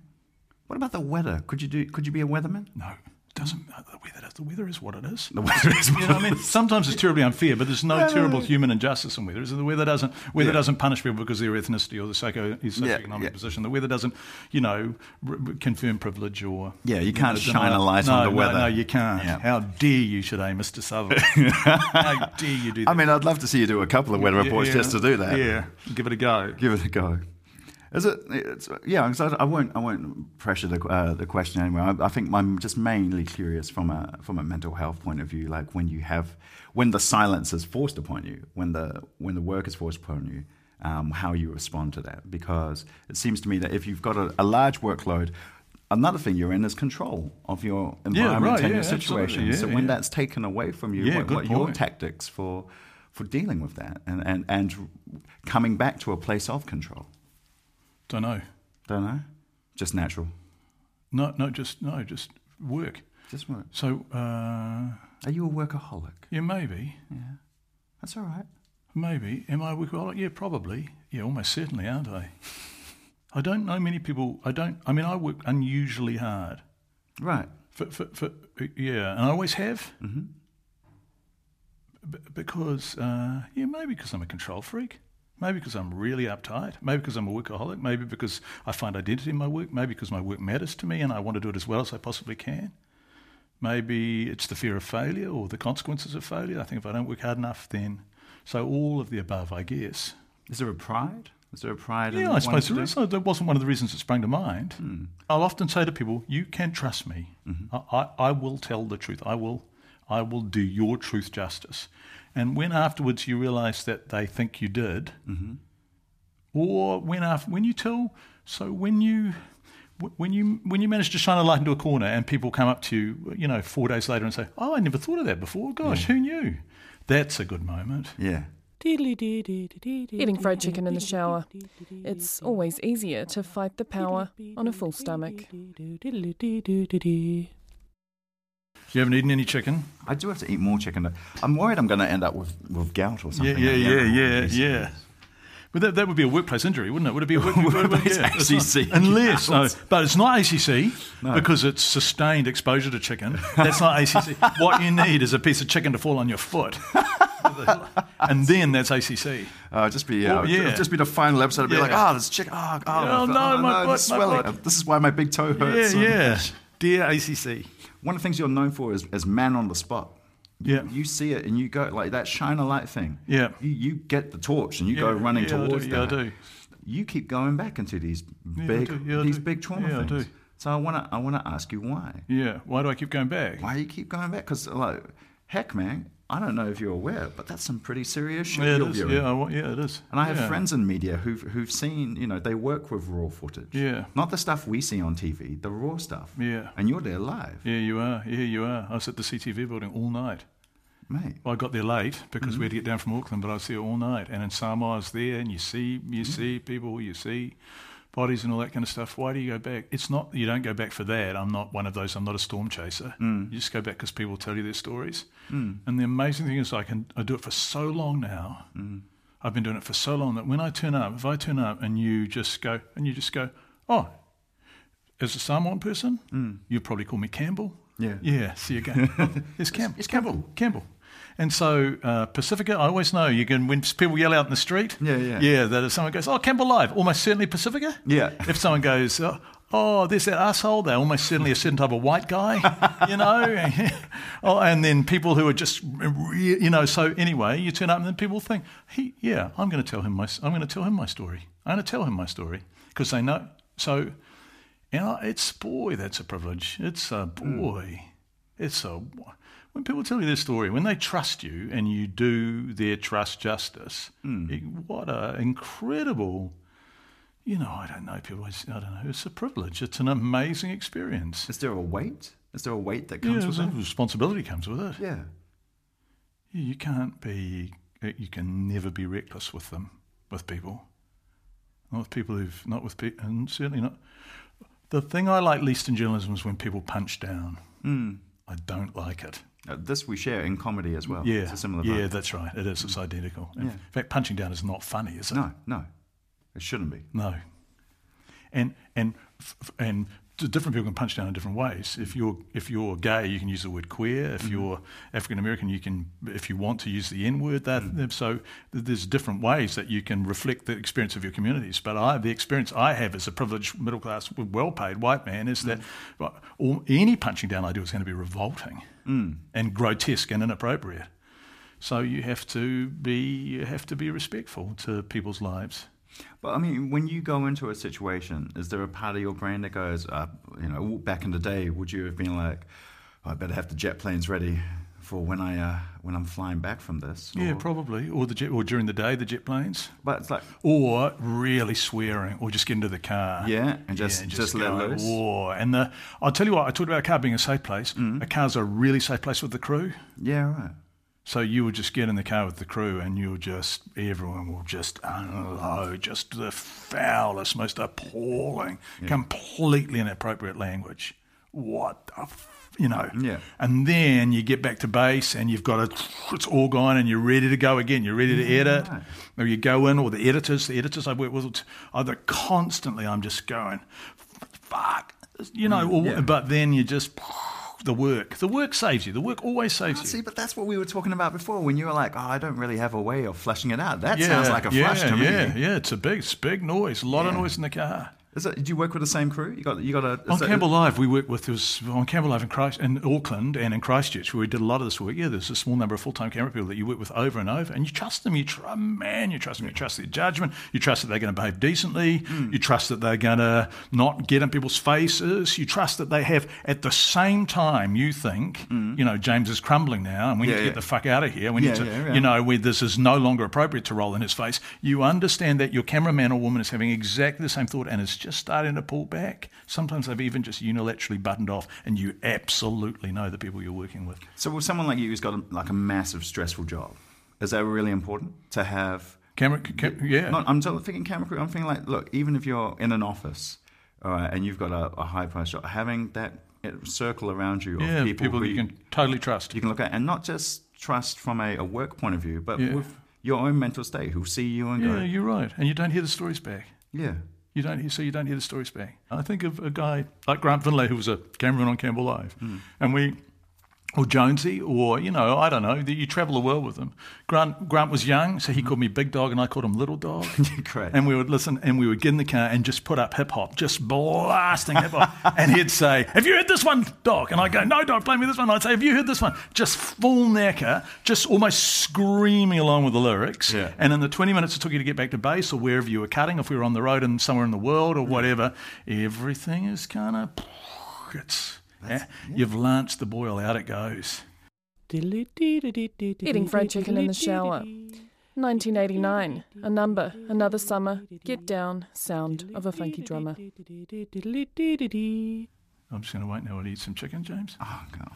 [SPEAKER 2] What about the weather? Could you do? Could you be a weatherman?
[SPEAKER 3] No, it doesn't. The weather, the weather is what it is.
[SPEAKER 2] The weather is.
[SPEAKER 3] You know what I mean? Sometimes it's terribly unfair, but there's no terrible human injustice in weather. So the weather doesn't weather
[SPEAKER 2] Yeah.
[SPEAKER 3] doesn't punish people because of their ethnicity or the socio socioeconomic
[SPEAKER 2] yeah.
[SPEAKER 3] position. The weather doesn't, you know, r- r- confirm privilege or
[SPEAKER 2] Yeah, you can't
[SPEAKER 3] know,
[SPEAKER 2] shine a
[SPEAKER 3] deny-
[SPEAKER 2] light
[SPEAKER 3] no,
[SPEAKER 2] on the
[SPEAKER 3] no,
[SPEAKER 2] weather.
[SPEAKER 3] No, you can't.
[SPEAKER 2] Yeah.
[SPEAKER 3] How dare you today, Mr. Sutherland? How dare you do that?
[SPEAKER 2] I mean, I'd love to see you do a couple of weather
[SPEAKER 3] Yeah,
[SPEAKER 2] reports
[SPEAKER 3] yeah.
[SPEAKER 2] just to do that.
[SPEAKER 3] Yeah, give it a go.
[SPEAKER 2] Give it a go. Is it? It's, yeah, 'cause I, I won't. I won't pressure the uh, the question anyway. I, I think I'm just mainly curious from a from a mental health point of view. Like when you have when the silence is forced upon you, when the when the work is forced upon you, um, how you respond to that. Because it seems to me that if you've got a, a large workload. Another thing you're in is control of your environment
[SPEAKER 3] right,
[SPEAKER 2] and
[SPEAKER 3] yeah,
[SPEAKER 2] your situation.
[SPEAKER 3] absolutely,
[SPEAKER 2] so
[SPEAKER 3] yeah,
[SPEAKER 2] when
[SPEAKER 3] yeah.
[SPEAKER 2] that's taken away from you,
[SPEAKER 3] Yeah,
[SPEAKER 2] what,
[SPEAKER 3] good
[SPEAKER 2] what your
[SPEAKER 3] point.
[SPEAKER 2] tactics for for dealing with that and, and, and coming back to a place of control?
[SPEAKER 3] Don't know.
[SPEAKER 2] Don't know. Just natural.
[SPEAKER 3] No, no, just no, just work.
[SPEAKER 2] Just what?
[SPEAKER 3] So uh,
[SPEAKER 2] Are you a workaholic?
[SPEAKER 3] yeah, maybe.
[SPEAKER 2] That's all right.
[SPEAKER 3] Maybe. Am I a workaholic? Yeah, probably. Yeah, almost certainly, aren't I? I don't know many people. I don't. I mean, I work unusually hard.
[SPEAKER 2] Right.
[SPEAKER 3] For, for, for yeah, and I always have. Mm-hmm. B- because uh, yeah, maybe because I'm a control freak. Maybe because I'm really uptight. Maybe because I'm a workaholic. Maybe because I find identity in my work. Maybe because my work matters to me and I want to do it as well as I possibly can. Maybe it's the fear of failure or the consequences of failure. I think if I don't work hard enough, then so all of the above, I guess.
[SPEAKER 2] Is there a pride? Is there a pride? in
[SPEAKER 3] Yeah, I
[SPEAKER 2] wanting
[SPEAKER 3] suppose
[SPEAKER 2] to
[SPEAKER 3] there Hmm.
[SPEAKER 2] do-
[SPEAKER 3] is. That wasn't one of the reasons that sprang to mind. I'll often say to people, "You can trust me. I, I, I will tell the truth. I will, I will do your truth justice." And when afterwards you realise that they think you did, or when after, when you tell, so when you. wh- When you when you manage to shine a light into a corner and people come up to you, you know, four days later and say, "Oh, I never thought of that before. Gosh, who knew?" That's a good moment.
[SPEAKER 2] Yeah.
[SPEAKER 4] Eating fried chicken in the shower. It's always easier to fight the power on a full stomach.
[SPEAKER 3] You haven't eaten any chicken.
[SPEAKER 2] I do have to eat more chicken. though. I'm worried I'm going to end up with, with gout or something.
[SPEAKER 3] Yeah, yeah,
[SPEAKER 2] like that.
[SPEAKER 3] yeah, yeah,
[SPEAKER 2] Yes.
[SPEAKER 3] yeah. But that, that would be a workplace injury, wouldn't it? Would it be a work,
[SPEAKER 2] Workplace
[SPEAKER 3] yeah, it's
[SPEAKER 2] ACC.
[SPEAKER 3] Not, unless, no, but it's not ACC because it's sustained exposure to chicken. That's not ACC. what you need is a piece of chicken to fall on your foot. and then that's ACC.
[SPEAKER 2] Uh, just be yeah,
[SPEAKER 3] Oh, yeah.
[SPEAKER 2] just be the final episode. Be
[SPEAKER 3] Yeah.
[SPEAKER 2] like, oh, this chicken. Oh, oh,
[SPEAKER 3] Oh, no, my butt,
[SPEAKER 2] it's
[SPEAKER 3] my
[SPEAKER 2] swelling.
[SPEAKER 3] butt.
[SPEAKER 2] This is why my big toe
[SPEAKER 3] Yeah,
[SPEAKER 2] hurts.
[SPEAKER 3] yeah. Dear ACC.
[SPEAKER 2] One of the things you're known for is, is man on the spot.
[SPEAKER 3] Yeah.
[SPEAKER 2] You see it and you go like that shine a light thing.
[SPEAKER 3] Yeah.
[SPEAKER 2] You, you get the torch and you go
[SPEAKER 3] Yeah,
[SPEAKER 2] running
[SPEAKER 3] yeah, I do,
[SPEAKER 2] towards
[SPEAKER 3] yeah, I
[SPEAKER 2] that.
[SPEAKER 3] do.
[SPEAKER 2] You keep going back into these
[SPEAKER 3] I
[SPEAKER 2] big
[SPEAKER 3] do, yeah, I
[SPEAKER 2] these
[SPEAKER 3] do.
[SPEAKER 2] big trauma
[SPEAKER 3] Yeah, I
[SPEAKER 2] things.
[SPEAKER 3] do.
[SPEAKER 2] So I wanna I wanna ask you why.
[SPEAKER 3] Yeah. Why do I keep going back?
[SPEAKER 2] Why you keep going back? Because like heck man, I don't know if you're aware, but that's some pretty serious shit
[SPEAKER 3] Yeah, it
[SPEAKER 2] you're
[SPEAKER 3] is.
[SPEAKER 2] viewing.
[SPEAKER 3] Yeah, I wa- yeah, it is.
[SPEAKER 2] And I have
[SPEAKER 3] Yeah.
[SPEAKER 2] friends in media who've who've seen, you know, they work with raw footage.
[SPEAKER 3] Yeah.
[SPEAKER 2] Not the stuff we see on TV, the raw stuff.
[SPEAKER 3] Yeah.
[SPEAKER 2] And you're there live,
[SPEAKER 3] Yeah, you are. Yeah, you are. I was at the CTV building all night.
[SPEAKER 2] mate.
[SPEAKER 3] Well, I got there late because we had to get down from Auckland, but I was there all night. And in Samoa, I was there, and you see, you see people, you see bodies and all that kind of stuff. Why do you go back? It's not you don't go back for that. I'm not one of those. I'm not a storm chaser. You just go back because people tell you their stories. And the amazing thing is, I can I do it for so long now. I've been doing it for so long that when I turn up, if I turn up and you just go and you just go, oh, as a Samoan person, you'd probably call me Campbell.
[SPEAKER 2] Hmm. Yeah.
[SPEAKER 3] Yeah. So you go, oh, it's, Cam- it's Campbell. Campbell. And so uh, Pacifica, I always know you can when people yell out in the street.
[SPEAKER 2] Yeah, yeah.
[SPEAKER 3] Yeah. That if someone goes, oh Campbell Live, almost certainly Pacifica.
[SPEAKER 2] Yeah.
[SPEAKER 3] If someone goes. Oh, Oh, there's that asshole. They're almost certainly a certain type of white guy, you know. oh, and then people who are just, re- you know. So anyway, you turn up and then people think, he, yeah, I'm going to tell him my, I'm going to tell him my story. I'm going to tell him my story because they know. So and I, it's boy, that's a privilege. It's a boy. It's a when people tell you their story, when they trust you and you do their trust justice. it- what a incredible. You know, I don't know. People, always- I don't know. It's a privilege. It's an amazing experience.
[SPEAKER 2] Is there a weight? Is there a weight that
[SPEAKER 3] Yeah,
[SPEAKER 2] comes with
[SPEAKER 3] there's a
[SPEAKER 2] that?
[SPEAKER 3] responsibility comes with it.
[SPEAKER 2] Yeah.
[SPEAKER 3] Yeah, You can't be, eh, you can never be reckless with them, with people. Not with people who've, not with people, and certainly not. The thing I like least in journalism is when people punch down. I don't like it.
[SPEAKER 2] Uh, this we share in comedy as well.
[SPEAKER 3] Yeah.
[SPEAKER 2] Oh, It's a similar
[SPEAKER 3] yeah,
[SPEAKER 2] vibe. Mm.
[SPEAKER 3] that's right. It is. It's identical. In
[SPEAKER 2] Yeah.
[SPEAKER 3] fact, punching down is not funny, is it?
[SPEAKER 2] No, no. It shouldn't be.
[SPEAKER 3] No. And and f- f- and d- different people can punch down in different ways. If you're if you're gay, you can use the word queer. If you're African American, you can if you want to use the N word. That so th- there's different ways that you can reflect the experience of your communities. But I the experience I have as a privileged middle class, well paid white man is that well, all, any punching down I do is going to be revolting and grotesque and inappropriate. So you have to be you have to be respectful to people's lives.
[SPEAKER 2] But I mean, when you go into a situation, is there a part of your brain that goes, uh, you know, back in the day, would you have been like, "Oh, I better have the jet planes ready for when I uh, when I'm flying back from this?
[SPEAKER 3] Yeah,
[SPEAKER 2] Or-
[SPEAKER 3] probably. Or the jet, or during the day, the jet planes.
[SPEAKER 2] But it's like,
[SPEAKER 3] Or really swearing, or just get into the car.
[SPEAKER 2] Yeah, and just- just let
[SPEAKER 3] go,
[SPEAKER 2] loose.
[SPEAKER 3] "Whoa." And the, I'll tell you what, I talked about a car being a safe place.
[SPEAKER 2] Mm.
[SPEAKER 3] A car's a really safe place with the crew.
[SPEAKER 2] yeah, right.
[SPEAKER 3] So you would just get in the car with the crew, and you'll just everyone will just unload just the foulest, most appalling, completely inappropriate language. What the, f- you know?
[SPEAKER 2] Yeah.
[SPEAKER 3] And then you get back to base, and you've got it. It's all gone, and you're ready to go again. You're ready to edit, or you go in, or the editors. The editors I work with are the constantly. I'm just going, fuck, you know. Or,
[SPEAKER 2] Mm, yeah.
[SPEAKER 3] But then you just. The work, the work saves you. The work always saves you.
[SPEAKER 2] See, but that's what we were talking about before when you were like, oh, I don't really have a way of flushing it out. That sounds like a
[SPEAKER 3] yeah,
[SPEAKER 2] flush to me.
[SPEAKER 3] Yeah, yeah, it's a big, it's a big noise, a lot of noise in the car.
[SPEAKER 2] Is it, do you work with the same crew? You got you got a
[SPEAKER 3] On
[SPEAKER 2] is it-
[SPEAKER 3] Oh, Campbell Live, we worked with, there was on Campbell Live in, Christ, in Auckland and in Christchurch, where we did a lot of this work. Yeah, there's a small number of full time camera people that you work with over and over, and you trust them. You tr- oh, man, you trust them. You trust their judgment. You trust that they're going to behave decently.
[SPEAKER 2] Hmm.
[SPEAKER 3] You trust that they're going to not get in people's faces. You trust that they have, at the same time, you think, you know, James is crumbling now, and we need
[SPEAKER 2] Hmm. Yeah,
[SPEAKER 3] to
[SPEAKER 2] yeah.
[SPEAKER 3] get the fuck out of here. We
[SPEAKER 2] Yeah,
[SPEAKER 3] need to,
[SPEAKER 2] yeah, yeah.
[SPEAKER 3] you know, know, where this is no longer appropriate to roll in his face, you understand that your cameraman or woman is having exactly the same thought and it's just starting to pull back. Sometimes they've even just unilaterally buttoned off, and you absolutely know the people you're working with.
[SPEAKER 2] So with someone like you who's got a, like a massive stressful job, is that really important to have?
[SPEAKER 3] Camera, ca- yeah.
[SPEAKER 2] Not, I'm sort of thinking camera crew. I'm thinking like, look, even if you're in an office, all right, and you've got a, a high price job, having that uh, circle around you of
[SPEAKER 3] yeah, people,
[SPEAKER 2] people, who
[SPEAKER 3] you can totally trust.
[SPEAKER 2] you can look at, and not just trust from a, a work point of view, but
[SPEAKER 3] Yeah.
[SPEAKER 2] with your own mental state who'll see you and
[SPEAKER 3] Yeah,
[SPEAKER 2] go,
[SPEAKER 3] you're right. And you don't hear the stories back.
[SPEAKER 2] yeah.
[SPEAKER 3] You don't hear, so you don't hear the stories back. I think of a guy like Grant Finlay, who was a cameraman on Campbell Live, and we, or Jonesy, or you know, I don't know. That you travel the world with them. Grant Grant was young, so he called me Big Dog, and I called him Little Dog.
[SPEAKER 2] Correct.
[SPEAKER 3] And we would listen, and we would get in the car and just put up hip hop, just blasting hip hop. and he'd say, "Have you heard this one, Dog?" And I would go, "No, Dog, play me this one." I'd say, "Have you heard this one?" Just full knacker, just almost screaming along with the lyrics.
[SPEAKER 2] Yeah.
[SPEAKER 3] And in the 20 minutes it took you to get back to base or wherever you were cutting, if we were on the road and somewhere in the world or whatever, everything is kind of. It's, yeah, You've launched the boil, out it goes.
[SPEAKER 4] Eating fried chicken in the shower. 1989. A number, another summer. Get down, sound of a funky drummer.
[SPEAKER 3] I'm just going to wait now and eat some chicken, James.
[SPEAKER 2] Oh, God.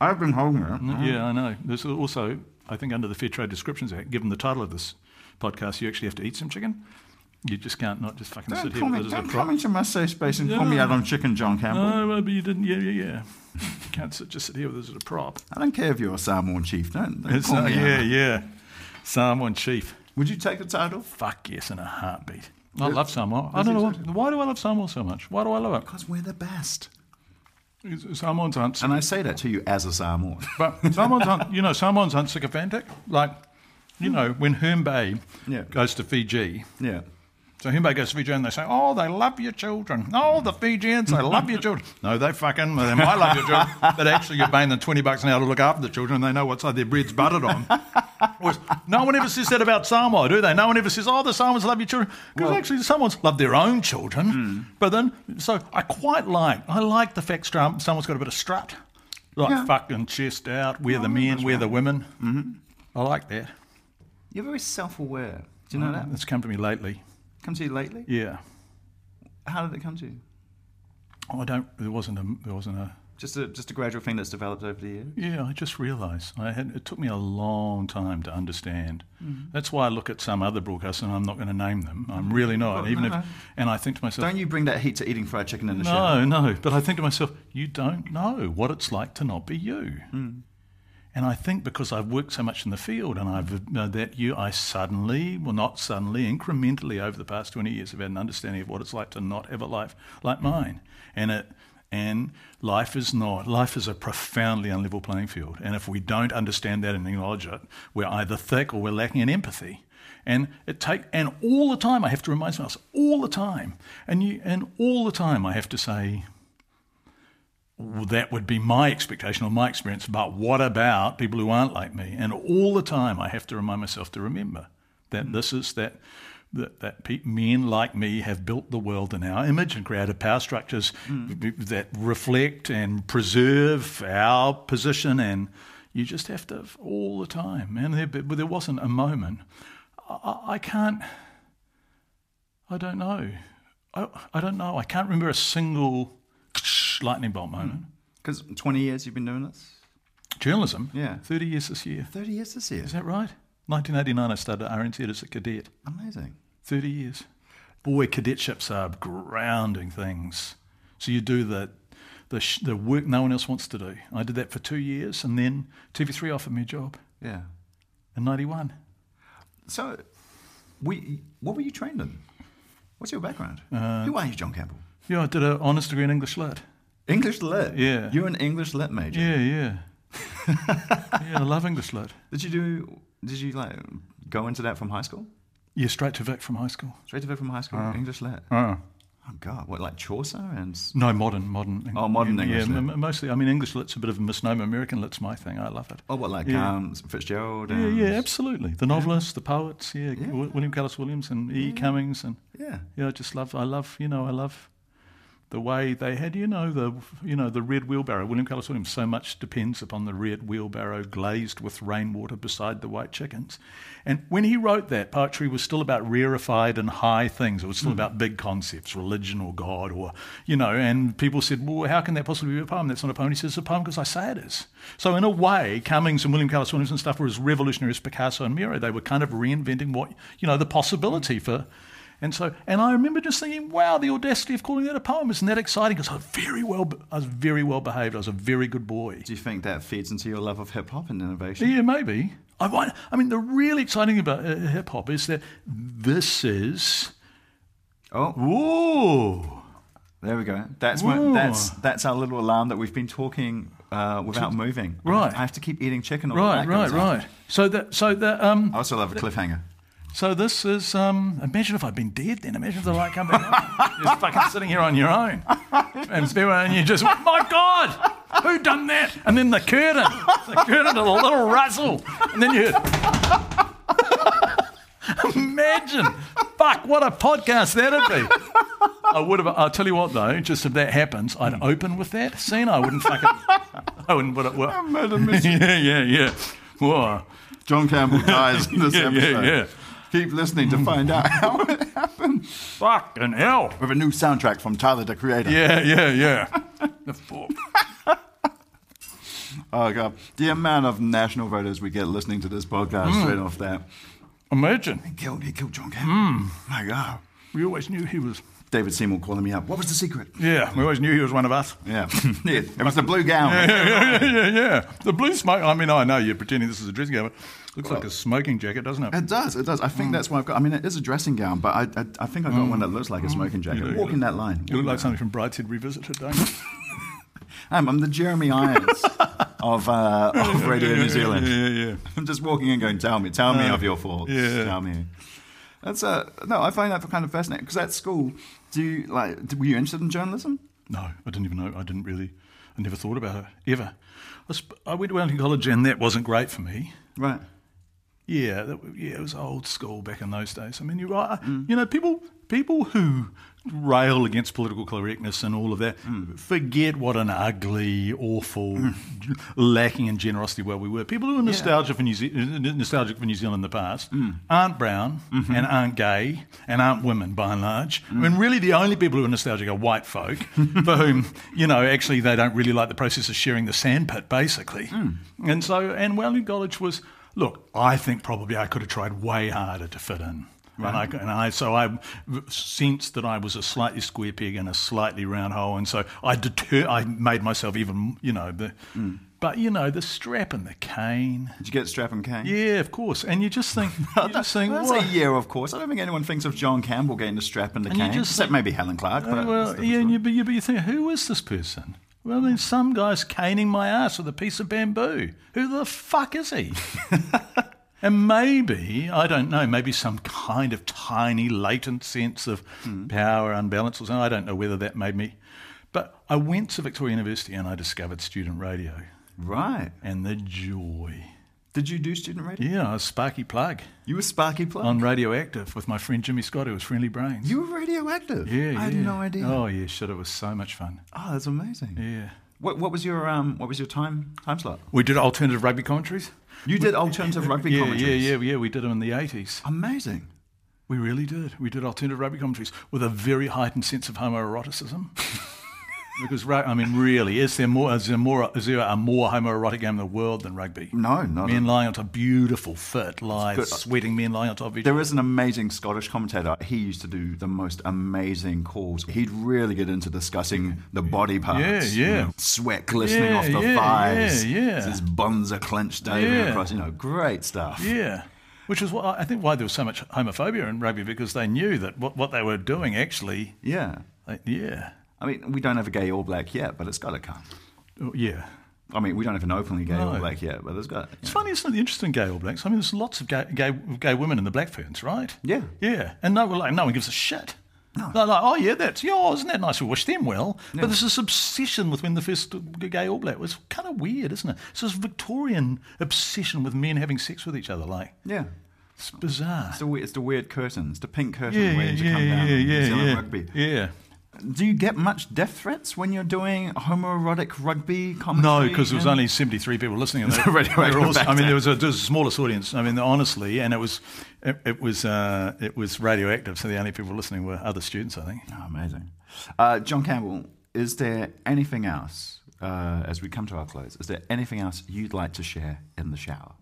[SPEAKER 2] I've been hungry.
[SPEAKER 3] Yeah, I know. There's also, I think, under the Fair Trade Descriptions Act, given the title of this podcast, you actually have to eat some chicken. You just can't not just fucking
[SPEAKER 2] Don't
[SPEAKER 3] sit
[SPEAKER 2] call,
[SPEAKER 3] here
[SPEAKER 2] me,
[SPEAKER 3] with it as a
[SPEAKER 2] don't call
[SPEAKER 3] prop.
[SPEAKER 2] me to my safe space and call me out on chicken, John Campbell.
[SPEAKER 3] No, well, but you didn't. Yeah, yeah, yeah. you can't sit, just sit here with it as a prop.
[SPEAKER 2] I don't care if you're a Samoan chief. Don't, don't
[SPEAKER 3] It's
[SPEAKER 2] call
[SPEAKER 3] not,
[SPEAKER 2] me out.
[SPEAKER 3] yeah, yeah. Samoan chief.
[SPEAKER 2] Would you take the title?
[SPEAKER 3] Fuck yes, in a heartbeat. I love Samoa. I don't know
[SPEAKER 2] exactly-
[SPEAKER 3] why. Why do I love Samoa so much? Why do I love
[SPEAKER 2] Because we're the best.
[SPEAKER 3] it? Samoans aren't,
[SPEAKER 2] And I say that to you as a Samoan.
[SPEAKER 3] but Samoans aren't. You know, Samoans aren't sycophantic. Like, you know, when Hermbe
[SPEAKER 2] Hmm. Yeah.
[SPEAKER 3] goes to Fiji,
[SPEAKER 2] yeah.
[SPEAKER 3] So Himbe goes to Fiji and they say, "Oh, they love your children. Oh, the Fijians, they love your children. No, they fucking they might love your children, but actually you're paying them twenty bucks an hour to look after the children, and they know what side their bread's buttered on." Whereas no one ever says that about Samoa, do they? No one ever says, "Oh, the Samoans love your children," because actually the Samoans love their own children.
[SPEAKER 2] Hmm.
[SPEAKER 3] But then, so I quite like I like the fact Sam- Samoa's got a bit of strut, like
[SPEAKER 2] Yeah. Oh,
[SPEAKER 3] fucking chest out. We're the men, we're the women. I like that.
[SPEAKER 2] You're very self aware. Do Mm-hmm. you know that?
[SPEAKER 3] It's come to me lately.
[SPEAKER 2] Come to you lately?
[SPEAKER 3] Mm. Yeah.
[SPEAKER 2] How did it come to you?
[SPEAKER 3] Oh, I don't. There wasn't a. There wasn't a.
[SPEAKER 2] Just a, just a gradual thing that's developed over the years?
[SPEAKER 3] Yeah, I just realised I had. It took me a long time to understand. That's why I look at some other broadcasts, and I'm not going to name them. I'm really not. even if, and I think to myself,
[SPEAKER 2] Don't you bring that heat to eating fried chicken in the shower.
[SPEAKER 3] no, no. But I think to myself, you don't know what it's like to not be you.
[SPEAKER 2] Hmm.
[SPEAKER 3] And I think because I've worked so much in the field, and I've uh, that you, I suddenly, well, not suddenly, incrementally over the past twenty years, have had an understanding of what it's like to not have a life like mine. And it, and life is not. Life is a profoundly unlevel playing field. And if we don't understand that and acknowledge it, we're either thick or we're lacking in empathy. And it take and all the time I have to remind myself all the time, and you and all the time I have to say well, that would be my expectation or my experience. But what about people who aren't like me? And all the time I have to remind myself to remember that this is that. That, that pe- men like me have built the world in our image and created power structures b- b- that reflect and preserve our position, and you just have to all the time. And there, but there wasn't a moment I, I can't. I don't know. I, I don't know. I can't remember a single lightning bolt moment.
[SPEAKER 2] Because 20 years you've been doing this?
[SPEAKER 3] Journalism.
[SPEAKER 2] Yeah.
[SPEAKER 3] Thirty years this year.
[SPEAKER 2] 30 years this year.
[SPEAKER 3] Is that right? 1989. I started at RNZ as a cadet.
[SPEAKER 2] Amazing.
[SPEAKER 3] Thirty years. Boy, cadetships are grounding things. So you do the the sh- the work no one else wants to do. I did that for two years, and then TV3 offered me a job
[SPEAKER 2] Yeah.
[SPEAKER 3] in '91.
[SPEAKER 2] So, we, what were you trained in? What's your background?
[SPEAKER 3] Uh,
[SPEAKER 2] Who are you, John Campbell?
[SPEAKER 3] Yeah, I did an honors degree in English Lit.
[SPEAKER 2] English lit.
[SPEAKER 3] Yeah.
[SPEAKER 2] You're an English lit major.
[SPEAKER 3] Yeah, yeah. yeah, I love English Lit.
[SPEAKER 2] Did you do? Did you like go into that from high school?
[SPEAKER 3] Yeah, straight to Vic from high school.
[SPEAKER 2] Straight away from high school, English lit.
[SPEAKER 3] Oh.
[SPEAKER 2] Oh God, what like Chaucer and?
[SPEAKER 3] No, modern, modern. Eng-
[SPEAKER 2] Oh, modern English
[SPEAKER 3] Yeah,
[SPEAKER 2] lit.
[SPEAKER 3] m- mostly. I mean, English lit's a bit of a misnomer. American lit's my thing. I love it.
[SPEAKER 2] Oh, what like
[SPEAKER 3] Yeah.
[SPEAKER 2] um, Fitzgerald?
[SPEAKER 3] Yeah,
[SPEAKER 2] And,
[SPEAKER 3] yeah, absolutely. The novelists, the poets, yeah, Wi- William Carlos Williams and E. Cummings, and
[SPEAKER 2] Yeah.
[SPEAKER 3] yeah, I just love. I love, you know, I love the way they had, you know, the you know the red wheelbarrow. William Carlos Williams. So much depends upon the red wheelbarrow glazed with rainwater beside the white chickens. And when he wrote that, poetry was still about rarefied and high things. It was still about big concepts, religion or God, or you know. And people said, well, how can that possibly be a poem? That's not a poem. He says it's a poem because I say it is. So in a way, Cummings and William Carlos Williams and stuff were as revolutionary as Picasso and Miro. They were kind of reinventing what you know the possibility for. And so, and I remember just thinking, wow, the audacity of calling that a poem isn't that exciting? Because I was very well, I was very well behaved. I was a very good boy.
[SPEAKER 2] Do you think that feeds into your love of hip hop and innovation?
[SPEAKER 3] Yeah, maybe. I want, I mean, the really exciting thing about uh, hip hop is that this is
[SPEAKER 2] Oh,
[SPEAKER 3] ooh.
[SPEAKER 2] there we go. That's my,
[SPEAKER 3] Ooh.
[SPEAKER 2] that's that's our little alarm that we've been talking uh, without moving.
[SPEAKER 3] Right.
[SPEAKER 2] I have to keep eating chicken. All
[SPEAKER 3] Right, right, right. So that, so that, um,
[SPEAKER 2] I also love a cliffhanger.
[SPEAKER 3] so this is. Um, imagine if I'd been dead then. Imagine if the light come back. You're fucking sitting here on your own, and everyone, you just, "Oh my God, who done that? And then the curtain, the curtain to the little rustle, and then you. Imagine, fuck, what a podcast that'd be. I would have. I'll tell you what though. Just if that happens, I'd open with that scene. I wouldn't fucking. I wouldn't. But it, well, yeah, yeah, yeah. Whoa.
[SPEAKER 2] John Campbell dies in this
[SPEAKER 3] Yeah, yeah,
[SPEAKER 2] episode.
[SPEAKER 3] yeah.
[SPEAKER 2] Keep listening to find out how it happened.
[SPEAKER 3] Fucking hell.
[SPEAKER 2] With a new soundtrack from Tyler the Creator.
[SPEAKER 3] Yeah, yeah, yeah. The four-
[SPEAKER 2] Oh god, the amount of national voters we get listening to this podcast
[SPEAKER 3] Mm.
[SPEAKER 2] straight off that.
[SPEAKER 3] Imagine.
[SPEAKER 2] He killed, he killed John Campbell.
[SPEAKER 3] Mm.
[SPEAKER 2] My god.
[SPEAKER 3] We always knew he was.
[SPEAKER 2] David Seymour calling me up. What was the secret?
[SPEAKER 3] Yeah, we always knew he was one of us.
[SPEAKER 2] Yeah, yeah. it was the blue gown.
[SPEAKER 3] Yeah, yeah, yeah, yeah. The blue smoke. I mean, I know you're pretending this is a dressing gown, but looks like a smoking jacket, doesn't it?
[SPEAKER 2] It does, it does. I
[SPEAKER 3] Mm.
[SPEAKER 2] think that's why I've got. I mean, it is a dressing gown, but I, I, I think I got one that looks like a smoking jacket.
[SPEAKER 3] do, you
[SPEAKER 2] Walking
[SPEAKER 3] do.
[SPEAKER 2] that line.
[SPEAKER 3] Mm. You look like something from Brideshead Revisited, don't you?
[SPEAKER 2] Um, I'm, I'm the Jeremy Irons of, uh, of Radio New Zealand.
[SPEAKER 3] Yeah, yeah, yeah.
[SPEAKER 2] I'm just walking in going, tell me, tell me of your faults.
[SPEAKER 3] yeah.
[SPEAKER 2] Tell me. That's uh, no, I find that kind of fascinating because at school, do you like, d- were you interested in journalism?
[SPEAKER 3] No, I didn't even know. I didn't really. I never thought about it ever. I, sp- I went to Wellington College, and that wasn't great for me.
[SPEAKER 2] Right.
[SPEAKER 3] Yeah, that, w- yeah, it was old school back in those days. I mean, you're right. You know, people people who rail against political correctness and all of that forget what an ugly, awful, lacking in generosity world we were. People who are nostalgic for New, Ze- n- nostalgic for New Zealand in the past aren't brown and aren't gay and aren't women by and large. I mean, really, the only people who are nostalgic are white folk for whom you know actually they don't really like the process of sharing the sandpit, basically. And so, and Wellington College was. Look, I think probably I could have tried way harder to fit in. And, I, and I, so I sensed that I was a slightly square peg in a slightly round hole. And so I deter, I made myself even, you know, the,
[SPEAKER 2] Hmm.
[SPEAKER 3] but you know, the strap and the cane.
[SPEAKER 2] Did you get Strap and Kang?
[SPEAKER 3] Yeah, of course. And you just think, you just think,
[SPEAKER 2] That's
[SPEAKER 3] what?
[SPEAKER 2] a year, of course. I don't think anyone thinks of John Campbell getting the strap and the
[SPEAKER 3] And you
[SPEAKER 2] cane.
[SPEAKER 3] just
[SPEAKER 2] Except
[SPEAKER 3] think-
[SPEAKER 2] maybe Helen Clark. But
[SPEAKER 3] Uh,
[SPEAKER 2] that's
[SPEAKER 3] well,
[SPEAKER 2] a different
[SPEAKER 3] yeah, and
[SPEAKER 2] story.
[SPEAKER 3] you, but you, but you think, who is this person? Well, then some guy's caning my ass with a piece of bamboo. Who the fuck is he? and maybe, I don't know, maybe some kind of tiny latent sense of
[SPEAKER 2] Hmm.
[SPEAKER 3] power unbalance or something. I don't know whether that made me. But I went to Victoria University and I discovered student radio
[SPEAKER 2] Right.
[SPEAKER 3] and the joy.
[SPEAKER 2] Did you do student radio?
[SPEAKER 3] Yeah, I was Sparky Plug
[SPEAKER 2] You were Sparky Plug.
[SPEAKER 3] on Radioactive with my friend Jimmy Scott, who was Friendly Brains.
[SPEAKER 2] you were radioactive.
[SPEAKER 3] yeah,
[SPEAKER 2] I had
[SPEAKER 3] yeah.
[SPEAKER 2] no idea.
[SPEAKER 3] Oh, yeah, shit, it was so much fun.
[SPEAKER 2] Oh, that's amazing.
[SPEAKER 3] Yeah.
[SPEAKER 2] What, what was your um, what was your time time slot?
[SPEAKER 3] We did alternative rugby commentaries.
[SPEAKER 2] You did alternative rugby
[SPEAKER 3] yeah, yeah,
[SPEAKER 2] commentaries.
[SPEAKER 3] yeah, yeah. We did them in the eighties.
[SPEAKER 2] Amazing.
[SPEAKER 3] We really did. We did alternative rugby commentaries with a very heightened sense of homoeroticism. because, ru- I mean, really, is there more? Is there more? Is there a more homoerotic game in the world than rugby?
[SPEAKER 2] No, not at-
[SPEAKER 3] Men lying onto beautiful, fit, lithe,
[SPEAKER 2] good.
[SPEAKER 3] sweating men lying on top of each other.
[SPEAKER 2] There is an amazing Scottish commentator. He used to do the most amazing calls. He'd really get into discussing the body parts.
[SPEAKER 3] Yeah,
[SPEAKER 2] you
[SPEAKER 3] yeah.
[SPEAKER 2] know, sweat glistening
[SPEAKER 3] Yeah,
[SPEAKER 2] off the
[SPEAKER 3] yeah,
[SPEAKER 2] thighs.
[SPEAKER 3] yeah, yeah.
[SPEAKER 2] His buns are clenched over and
[SPEAKER 3] Yeah.
[SPEAKER 2] across. You know, great stuff.
[SPEAKER 3] Yeah. Which is what I think why there was so much homophobia in rugby because they knew that what, what they were doing actually,
[SPEAKER 2] Yeah.
[SPEAKER 3] like, yeah,
[SPEAKER 2] I mean, we don't have a gay All Black yet, but it's got to come.
[SPEAKER 3] Oh, yeah.
[SPEAKER 2] I mean, we don't have an openly gay All
[SPEAKER 3] No.
[SPEAKER 2] Black yet, but it's got. you
[SPEAKER 3] It's
[SPEAKER 2] know.
[SPEAKER 3] funny, isn't it? The interest in gay All Blacks. I mean, there's lots of gay, gay, gay women in the Black Ferns, right?
[SPEAKER 2] Yeah.
[SPEAKER 3] yeah. And no, well, like, no one gives a shit. They're like, oh yeah, that's yeah, isn't that nice? We wish them well. But there's this obsession with when the first gay All Black was kind of weird, isn't it? It's this Victorian obsession with men having sex with each other, like
[SPEAKER 2] Yeah.
[SPEAKER 3] it's bizarre.
[SPEAKER 2] It's the, we- it's the weird curtains, the pink curtain
[SPEAKER 3] yeah, yeah,
[SPEAKER 2] waiting to
[SPEAKER 3] yeah,
[SPEAKER 2] come down.
[SPEAKER 3] yeah,
[SPEAKER 2] in New
[SPEAKER 3] yeah,
[SPEAKER 2] Zealand
[SPEAKER 3] yeah.
[SPEAKER 2] rugby.
[SPEAKER 3] yeah.
[SPEAKER 2] Do you get much death threats when you're doing homoerotic rugby commentary?
[SPEAKER 3] No, because there was
[SPEAKER 2] and-
[SPEAKER 3] only 73 people listening. And they,
[SPEAKER 2] Right,
[SPEAKER 3] they
[SPEAKER 2] right,
[SPEAKER 3] were all-
[SPEAKER 2] back
[SPEAKER 3] I mean,
[SPEAKER 2] then.
[SPEAKER 3] there was, a, there was the smallest audience. I mean, honestly, and it was it, it was uh, it was radioactive. So the only people listening were other students, I think.
[SPEAKER 2] Oh, amazing. Uh, John Campbell, is there anything else, uh, as we come to our close, is there anything else you'd like to share in the shower?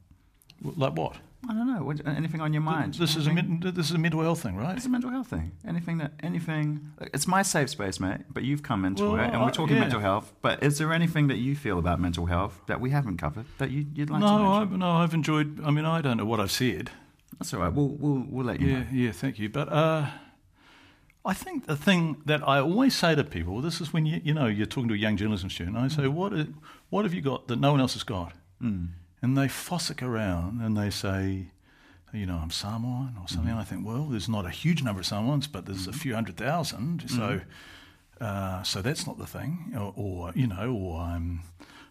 [SPEAKER 3] Like what?
[SPEAKER 2] I don't know. What, anything on your mind?
[SPEAKER 3] This is a
[SPEAKER 2] Anything-
[SPEAKER 3] men- this is a mental health thing, right?
[SPEAKER 2] It's a mental health thing. Anything that anything. It's my safe space, mate. But you've come into
[SPEAKER 3] Well,
[SPEAKER 2] it, and
[SPEAKER 3] I-
[SPEAKER 2] we're talking
[SPEAKER 3] yeah.
[SPEAKER 2] mental health. But is there anything that you feel about mental health that we haven't covered that you, you'd like to
[SPEAKER 3] No,
[SPEAKER 2] mention?
[SPEAKER 3] I've, no, I've enjoyed. I mean, I don't know what I've said.
[SPEAKER 2] That's all right. We'll we'll, we'll let you
[SPEAKER 3] Yeah,
[SPEAKER 2] know.
[SPEAKER 3] yeah, thank you. But uh, I think the thing that I always say to people, this is when you you know you're talking to a young journalism student, I
[SPEAKER 2] Mm.
[SPEAKER 3] say, what i- what have you got that no one else has got? Mm. And they fossick around and they say, you know, I'm Samoan or
[SPEAKER 2] Mm.
[SPEAKER 3] something. I think, well, there's not a huge number of Samoans, but there's a few hundred thousand.
[SPEAKER 2] Mm.
[SPEAKER 3] So, uh, so that's not the thing. Or, or you know, or I'm,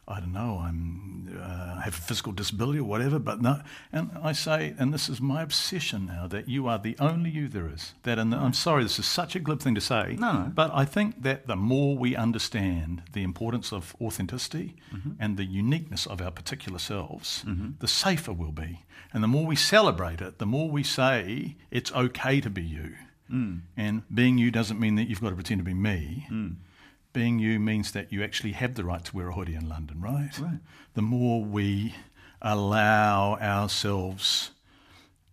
[SPEAKER 3] I don't know, I'm, uh, I have a physical disability or whatever. But no, and I say, and this is my obsession now that you are the only you there is. That, and I'm sorry, this is such a glib thing to say.
[SPEAKER 2] No, no.
[SPEAKER 3] But I think that the more we understand the importance of authenticity
[SPEAKER 2] Mm-hmm.
[SPEAKER 3] and the uniqueness of our particular selves, the safer we'll be. And the more we celebrate it, the more we say it's okay to be you. And being you doesn't mean that you've got to pretend to be me. Being you means that you actually have the right to wear a hoodie in London, right? right. The more we allow ourselves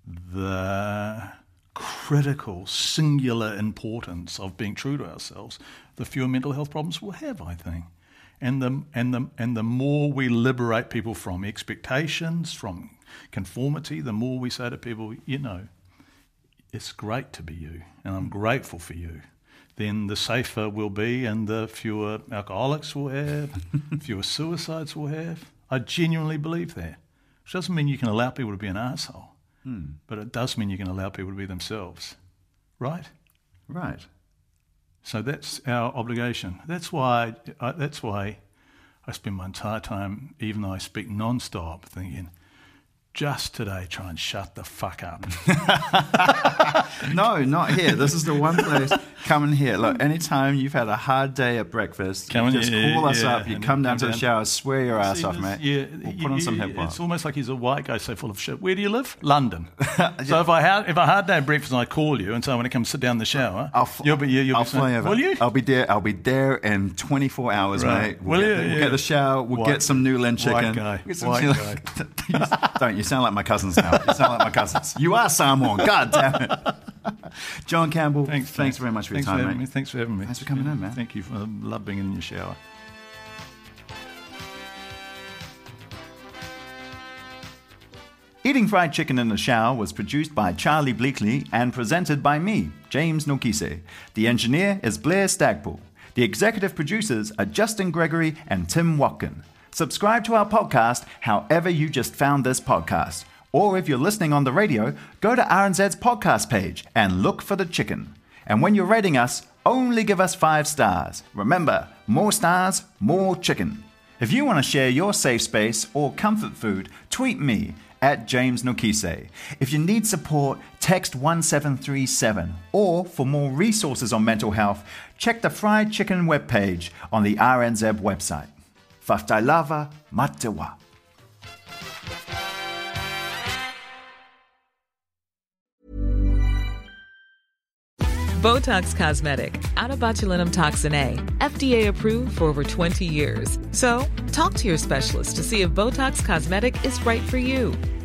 [SPEAKER 3] the critical, singular importance of being true to ourselves, the fewer mental health problems we'll have, I think. And the, and, the, and the more we liberate people from expectations, from conformity, the more we say to people, you know, it's great to be you, and I'm grateful for you, then the safer we'll be, and the fewer alcoholics we'll have, fewer suicides we'll have. I genuinely believe that. Which doesn't mean you can allow people to be an asshole, but it does mean you can allow people to be themselves, right?
[SPEAKER 2] Right.
[SPEAKER 3] So that's our obligation. That's why. I, that's why I spend my entire time, even though I speak non-stop, thinking. Just today, try and shut the fuck up.
[SPEAKER 2] No, not here. This is the one place. Come in here. Look, anytime you've had a hard day at breakfast,
[SPEAKER 3] Come
[SPEAKER 2] you
[SPEAKER 3] in
[SPEAKER 2] just
[SPEAKER 3] here,
[SPEAKER 2] call us
[SPEAKER 3] yeah,
[SPEAKER 2] up. You
[SPEAKER 3] and
[SPEAKER 2] come down
[SPEAKER 3] come
[SPEAKER 2] to the
[SPEAKER 3] down.
[SPEAKER 2] shower, swear your ass
[SPEAKER 3] See,
[SPEAKER 2] off,
[SPEAKER 3] this-
[SPEAKER 2] mate.
[SPEAKER 3] Yeah,
[SPEAKER 2] we'll put
[SPEAKER 3] you-
[SPEAKER 2] on some
[SPEAKER 3] you-
[SPEAKER 2] hip hop.
[SPEAKER 3] It's almost like he's a white guy so full of shit. Where do you live? London. So if I had if I had that breakfast and I call you and so when I come sit down in the shower,
[SPEAKER 2] I'll, fl-
[SPEAKER 3] you'll be you- you'll
[SPEAKER 2] I'll
[SPEAKER 3] be
[SPEAKER 2] fly
[SPEAKER 3] saying,
[SPEAKER 2] over.
[SPEAKER 3] Will you?
[SPEAKER 2] I'll be there. I'll be there in 24 hours,
[SPEAKER 3] Right.
[SPEAKER 2] mate. We'll,
[SPEAKER 3] Will
[SPEAKER 2] get,
[SPEAKER 3] you?
[SPEAKER 2] the, we'll
[SPEAKER 3] Yeah.
[SPEAKER 2] get the shower. We'll
[SPEAKER 3] White-
[SPEAKER 2] get some New Lynn chicken.
[SPEAKER 3] white guy.
[SPEAKER 2] Get some
[SPEAKER 3] White
[SPEAKER 2] New Lyn- Don't you sound like my cousins now? You sound like my cousins. You are Samoan. God damn it. John Campbell.
[SPEAKER 3] Thanks.
[SPEAKER 2] Thanks
[SPEAKER 3] mate.
[SPEAKER 2] very much for
[SPEAKER 3] Thanks
[SPEAKER 2] your time,
[SPEAKER 3] having
[SPEAKER 2] mate.
[SPEAKER 3] me. Thanks for having me.
[SPEAKER 2] Thanks for coming in, man.
[SPEAKER 3] Thank you for I love being in your shower.
[SPEAKER 2] Eating Fried Chicken in the Shower was produced by Charlie Bleakley and presented by me, James Nokise. The engineer is Blair Stagpool. The executive producers are Justin Gregory and Tim Watkin. Subscribe to our podcast however you just found this podcast. Or if you're listening on the radio, go to RNZ's podcast page and look for the chicken. And when you're rating us, only give us five stars. Remember, more stars, more chicken. If you want to share your safe space or comfort food, tweet me at James Nokise. If you need support, text 1737. Or for more resources on mental health, check the Fried Chicken webpage on the RNZ website. Faftailava Matewa.
[SPEAKER 5] Botox Cosmetic, out of botulinum toxin A, FDA approved for over 20 years. So, talk to your specialist to see if Botox Cosmetic is right for you.